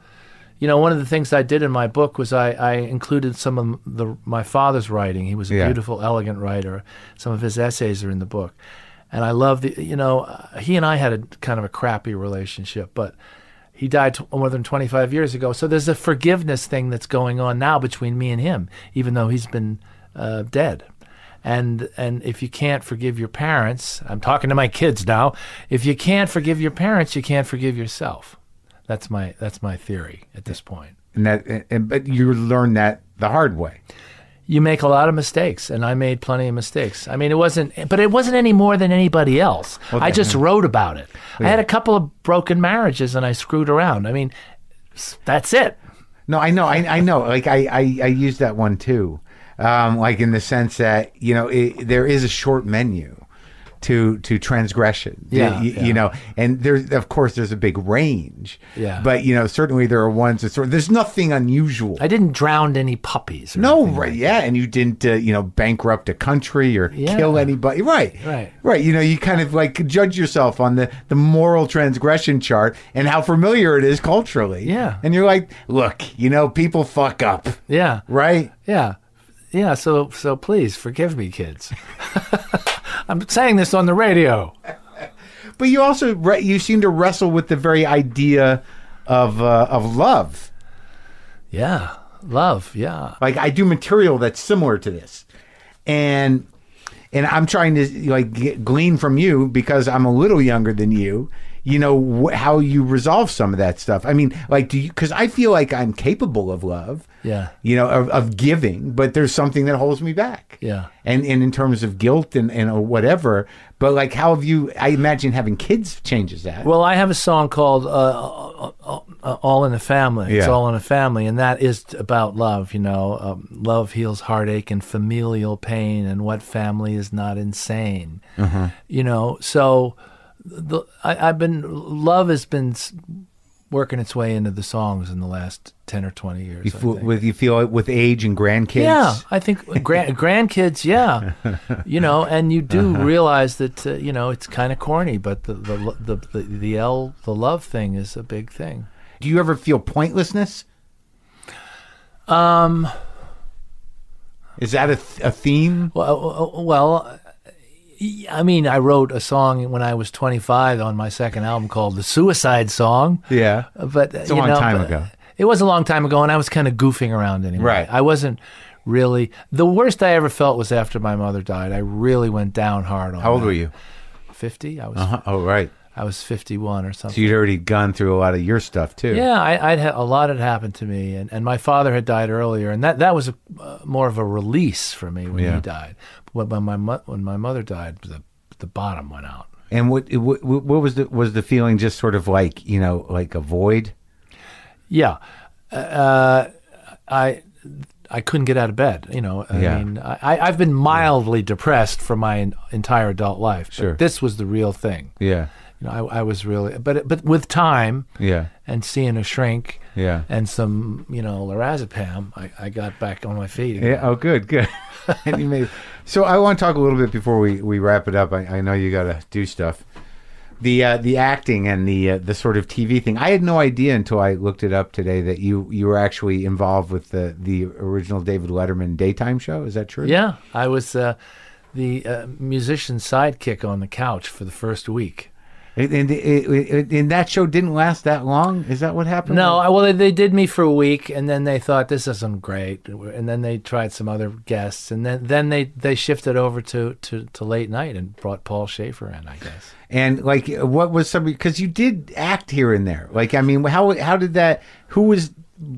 You know, one of the things I did in my book was I, I included some of the my father's writing. He was a
Yeah.
beautiful, elegant writer. Some of his essays are in the book, and I love the. You know, uh, he and I had a kind of a crappy relationship, but he died t- more than 25 years ago. So there's a forgiveness thing that's going on now between me and him, even though he's been uh, dead. And and if you can't forgive your parents, I'm talking to my kids now. If you can't forgive your parents, you can't forgive yourself. That's my that's my theory at this point.
and that and, but you learn that the hard way
You make a lot of mistakes, and I made plenty of mistakes. I mean, it wasn't, but it wasn't any more than anybody else. I just wrote about it. I had a couple of broken marriages, and I screwed around. I mean, s- that's it.
no i know i, I know like I, I i use that one too um like in the sense that you know it, there is a short menu to to transgression
Yeah,
Y- y- you,
yeah.
know and there's of course there's a big range
Yeah.
but you know certainly there are ones that sort there's nothing unusual
I didn't drown any puppies. or
No,
anything.
right, yeah, and you didn't, uh, you know, bankrupt a country or
Yeah.
kill anybody, right?
Right.
right. You know, you kind of like judge yourself on the the moral transgression chart and how familiar it is culturally.
Yeah.
and you're like, look, you know, people fuck up,
Yeah.
right?
Yeah. Yeah. So so please forgive me, kids. I'm saying this on the radio.
But you also re- you seem to wrestle with the very idea of uh, of love.
Yeah. Love. Yeah.
Like I do material that's similar to this, and and I'm trying to like get, glean from you because I'm a little younger than you. You know wh- how you resolve some of that stuff. I mean, like, do you? Because I feel like I'm capable of love.
Yeah.
You know, of, of giving, but there's something that holds me back.
Yeah.
And and in terms of guilt and and or whatever, but like, how have you? I imagine having kids changes that.
Well, I have a song called uh, uh, uh, uh, "All in the Family." It's
Yeah.
all in a family, and that is about love. You know, um, love heals heartache and familial pain, and what family is not insane? You know, so the, I, I've been love has been s- working its way into the songs in the last ten or twenty years.
you
I
feel,
think.
with you feel it with age and grandkids.
Yeah, I think grand, grandkids. Yeah, you know, and you do
Uh-huh.
realize that uh, you know it's kind of corny, but the the lo- the the the, L, the love thing is a big thing.
Do you ever feel pointlessness? Um, is that a, th- a theme?
Well, uh, well, y- I mean, I wrote a song when I was 25 on my second album called "The Suicide Song."
Yeah,
but it's
a long time ago.
It was a long time ago, and I was kind of goofing around anyway.
Right.
I wasn't really. The worst I ever felt was after my mother died. I really went down hard on.
How old
that.
were you?
50. I was
Uh-huh. Oh, right.
I was 51 or something.
So you'd already gone through a lot of your stuff too.
Yeah, I, I'd had a lot had happened to me, and, and my father had died earlier, and that that was a, uh, more of a release for me when
Yeah.
he died. But when my mo- when my mother died, the the bottom went out.
And what, what what was the was the feeling? Just sort of like you know, like a void.
Yeah, uh, I I couldn't get out of bed. You know, I
Yeah.
mean, I, I- I've been mildly depressed for my en- entire adult life. But
Sure.
this was the real thing.
Yeah,
You know, I, I was really, but but with time
yeah,
and seeing a shrink.
yeah,
And some, you know, lorazepam. I, I got back on my feet. again.
yeah. Oh, good, good. and you made, so I want to talk a little bit before we, we wrap it up. I, I know you got to do stuff. The uh, the acting and the uh, the sort of TV thing. I had no idea until I looked it up today that you you were actually involved with the the original David Letterman daytime show. Is that true?
Yeah, I was uh, the uh, musician sidekick on the couch for the first week.
And, and, and- and that show didn't last that long. Is that what happened?
No, I, well, they, they did me for a week, and then they thought this isn't great, and then they tried some other guests, and then then they, they shifted over to, to, to late night and brought Paul Schaefer in, I guess.
And like, what was some? Because you did act here and there. Like, I mean, how how did that? Who was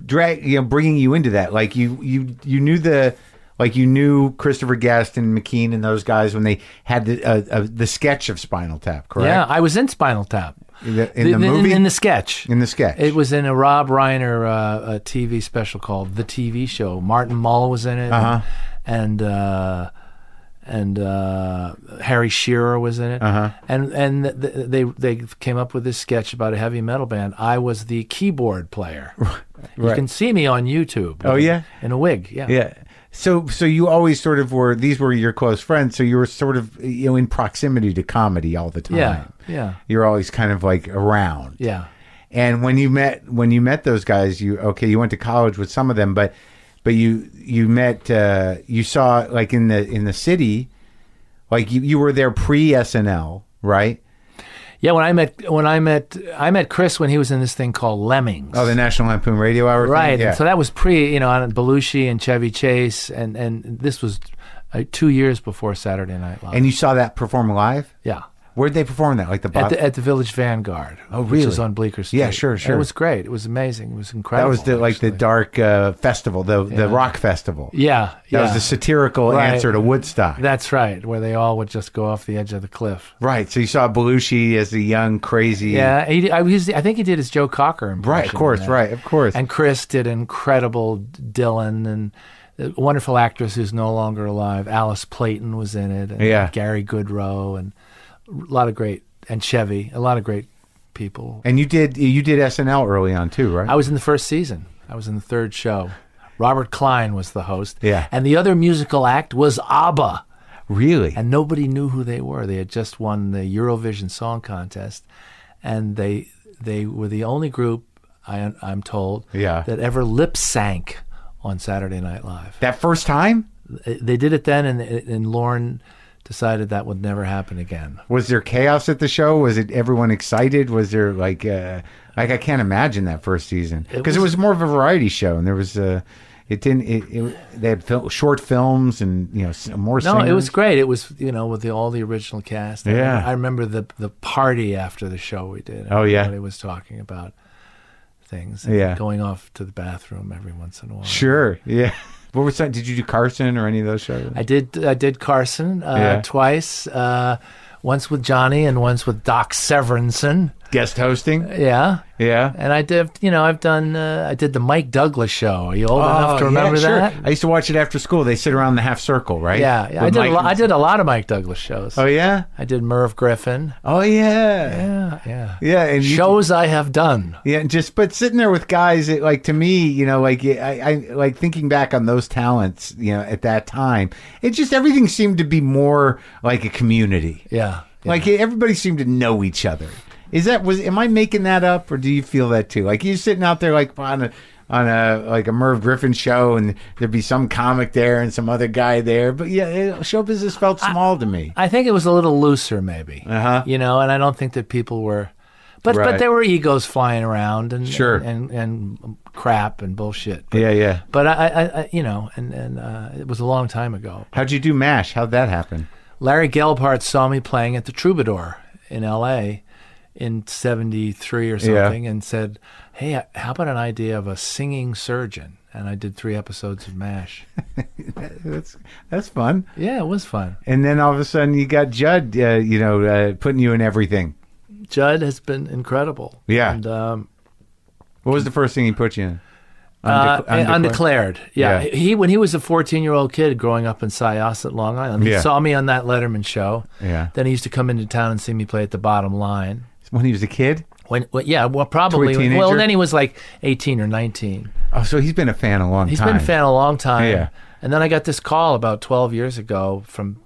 drag? You know, bringing you into that? Like, you you you knew the. Like you knew Christopher Guest and McKean and those guys when they had the uh, uh, the sketch of Spinal Tap, correct?
Yeah, I was in Spinal Tap
In the- in the movie?
in, the sketch.
In the sketch.
It was in a Rob Reiner uh, a TV special called The TV Show. Martin Mull was in it,
Uh-huh.
and uh, and uh, Harry Shearer was in it,
Uh-huh.
and and th- th- they they came up with this sketch about a heavy metal band. I was the keyboard player. You can see me on YouTube.
Oh, yeah?
in a wig. Yeah,
Yeah. So so you always sort of were these were your close friends, so you were sort of you know in proximity to comedy all the time.
Yeah, yeah.
You're always kind of like around.
yeah.
And when you met when you met those guys, you okay, you went to college with some of them, but but you you met uh you saw like in the in the city like you, you were there pre SNL, right?
Yeah, when I met when I met I met Chris when he was in this thing called Lemmings.
Oh, the National Lampoon Radio Hour. thing?
Right.
Yeah.
And so that was pre, you know, on Belushi and Chevy Chase, and and this was uh, two years before Saturday Night Live.
and you saw that perform live?
yeah.
Where'd they perform that? Like the
At
Bob
the, at the Village Vanguard, oh which is
really?
on Bleecker Street.
Yeah, sure,
And
sure.
It was great. It was amazing. It was incredible.
that was the like the
actually.
dark uh, festival, the the rock festival.
yeah.
That
yeah.
was the satirical
Right.
answer to Woodstock.
That's right, where they all would just go off the edge of the cliff.
right. So you saw Belushi as the young, crazy.
Yeah, he, did- I, was, I think he did his Joe Cocker impression.
Right. Of
in
course.
that.
Right. Of course.
And Chris did incredible Dylan and the wonderful actress who's no longer alive. Alice Playton was in it. And
Yeah.
Gary Goodrow and a lot of great and Chevy, a lot of great people.
and you did you did SNL early on too, right?
I was in the first season. I was in the third show. Robert Klein was the host.
Yeah.
And the other musical act was ABBA.
really.
And nobody knew who they were. They had just won the Eurovision Song Contest, and they they were the only group I, I'm told
Yeah.
that ever lip sank on Saturday Night Live. Uh,
that first time
They did it then, and and Lauren decided that would never happen again.
was there chaos at the show? Was it everyone excited? Was there like uh, like I can't imagine that first season because it, was more of a variety show and there was uh, it didn't it, it they had fil- short films and you know s- more
No, it
singers.
was great. It was you know with the, all the original cast. I-
Yeah.
I, remember the the party after the show we did.
Oh, yeah.
everybody was talking about things. and
Yeah.
going off to the bathroom every once in a while.
sure yeah. What was that? Did you do Carson or any of those shows?
I did. I did Carson uh,
Yeah.
twice. Uh, once with Johnny and once with Doc Severinsen.
Guest hosting,
Yeah,
yeah.
and I did. You know, I've done. Uh, I did the Mike Douglas show. Are you old enough to
Oh, yeah,
remember
sure.
that?
I used to watch it after school. They sit around the half circle, right?
Yeah, yeah. I
With
did. A
Mike
lo-
and-
I did a lot of Mike Douglas shows.
Oh yeah.
I did Merv Griffin.
Oh yeah.
Yeah, yeah.
Yeah. and you-
Shows I have done.
Yeah, and just but sitting there with guys, it, like to me, you know, like I, I like thinking back on those talents, you know, at that time, it just everything seemed to be more like a community.
Yeah. yeah.
Like everybody seemed to know each other. Is that was am I making that up or do you feel that too? Like you're sitting out there like on a on a like a Merv Griffin show and there'd be some comic there and some other guy there, but yeah, it, show business felt small to me.
I think it was a little looser, maybe.
Uh-huh.
You know, and I don't think that people were, but
Right.
but there were egos flying around and
Sure.
and, and, and crap and bullshit. But,
Yeah, yeah.
but I, I, I, you know, and and uh, it was a long time ago.
How'd you do Mash? How'd that happen?
Larry Gelbart saw me playing at the Troubadour in L.A. in '73 or
Yeah.
something, and said, "Hey, uh, how about an idea of a singing surgeon?" And I did three episodes of Mash.
That's that's fun.
yeah, it was fun.
and then all of a sudden you got Judd, uh, you know, uh, putting you in everything.
Judd has been incredible.
Yeah.
And, um,
What was the first thing he put you in?
Uh,
Undec-
undeclared. Yeah.
Yeah.
He when he was a 14-year-old kid growing up in Syosset, Long Island, he
Yeah.
saw me on that Letterman show.
Yeah.
Then he used to come into town and see me play at the Bottom Line.
When he was a kid.
When, well, yeah, well, probably.
teenager?
Well, then he was like 18 or 19.
Oh, so he's been a fan a long
He's
time.
been a fan a long time.
Yeah.
And then I got this call about 12 years ago from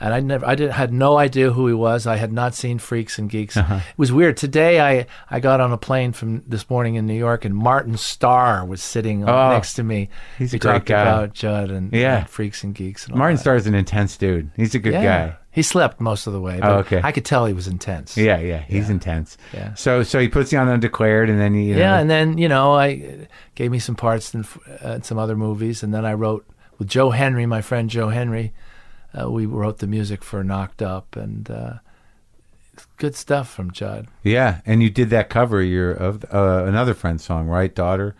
and I never, I didn't, had no idea who he was. I had not seen Freaks and Geeks.
Uh-huh.
It was weird. Today, I, I got on a plane from this morning in New York, and Martin Starr was sitting
Oh,
next to me.
he's
we
a great
talked
guy.
about Judd and,
Yeah.
and Freaks and Geeks. And all
Martin
that.
Starr's an intense dude. He's a good
yeah.
guy.
He slept most of the way. But
Oh, okay.
I could tell he was intense.
Yeah, yeah, he's intense.
Yeah.
So, so he puts you on undeclared, and then he, you know,
Yeah, and then you know, I it gave me some parts in, uh, in some other movies, and then I wrote with Joe Henry, my friend Joe Henry. Uh, we wrote the music for Knocked Up, and uh, it's good stuff from Judd.
yeah, and you did that cover your of uh, another friend's song, right? Daughter.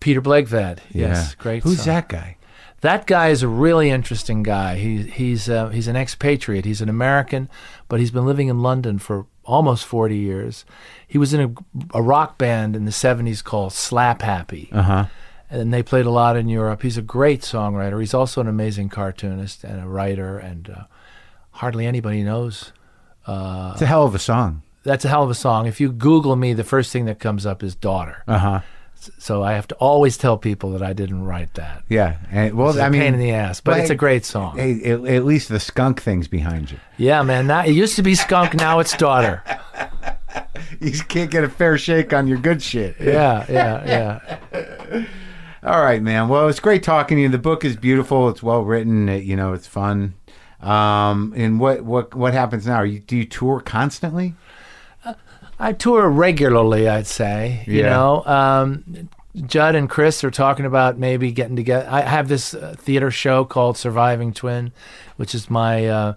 Peter Blegvad, yes,
Yeah.
great.
Who's
song.
that guy?
That guy is a really interesting guy. He, he's uh, he's an expatriate. He's an American, but he's been living in London for almost 40 years. He was in a, a rock band in the 70s called Slap Happy. Uh-huh. And they played a lot in Europe. He's a great songwriter. He's also an amazing cartoonist and a writer, and uh, hardly anybody knows. Uh,
It's a hell of a song.
That's a hell of a song. If you Google me, the first thing that comes up is Daughter.
Uh huh.
So I have to always tell people that I didn't write that.
Yeah. And, well,
It's a
I mean,
pain in the ass, but it's
like-
a great song.
Hey, at, at least the skunk thing's behind you.
Yeah, man. Now, it used to be skunk. Now it's daughter.
You can't get a fair shake on your good shit.
Yeah, yeah, yeah.
All right, man. Well, it's great talking to you. The book is beautiful. It's well written. It, you know, it's fun. Um, and what what what happens now? Are you, do you tour constantly?
I tour regularly. I'd say. You
Yeah.
know, um, Judd and Chris are talking about maybe getting together. I have this uh, theater show called Surviving Twin, which is my uh,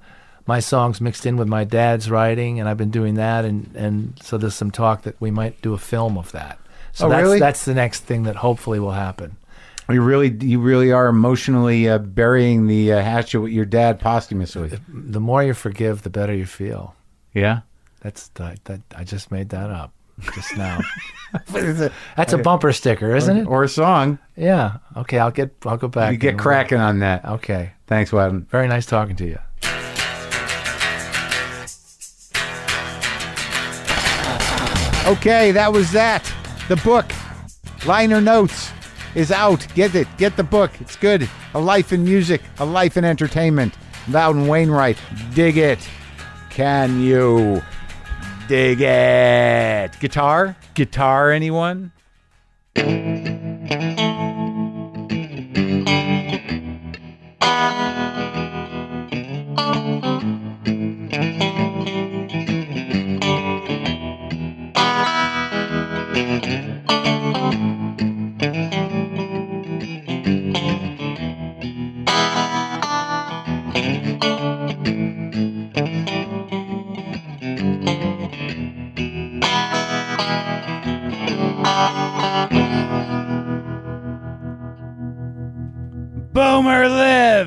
my songs mixed in with my dad's writing, and I've been doing that. And and so there's some talk that we might do a film of that. So
Oh,
that's
really?
that's the next thing that hopefully will happen.
You really you really are emotionally uh, burying the uh, hatchet with your dad posthumously.
The more you forgive, the better you feel.
Yeah.
That's that, that I just made that up just now.
Is it-
That's a bumper sticker, isn't it?
Or a song.
Yeah. Okay, I'll get I'll go back.
You get
and-
cracking on that.
Okay.
Thanks, Wadden.
Very nice talking to you.
Okay, that was that. The book, Liner Notes, is out. Get it. Get the book. It's good. A Life in Music, A Life in Entertainment. Loudon Wainwright. Dig it. Can you dig it? Guitar? Guitar, anyone? Boomer live.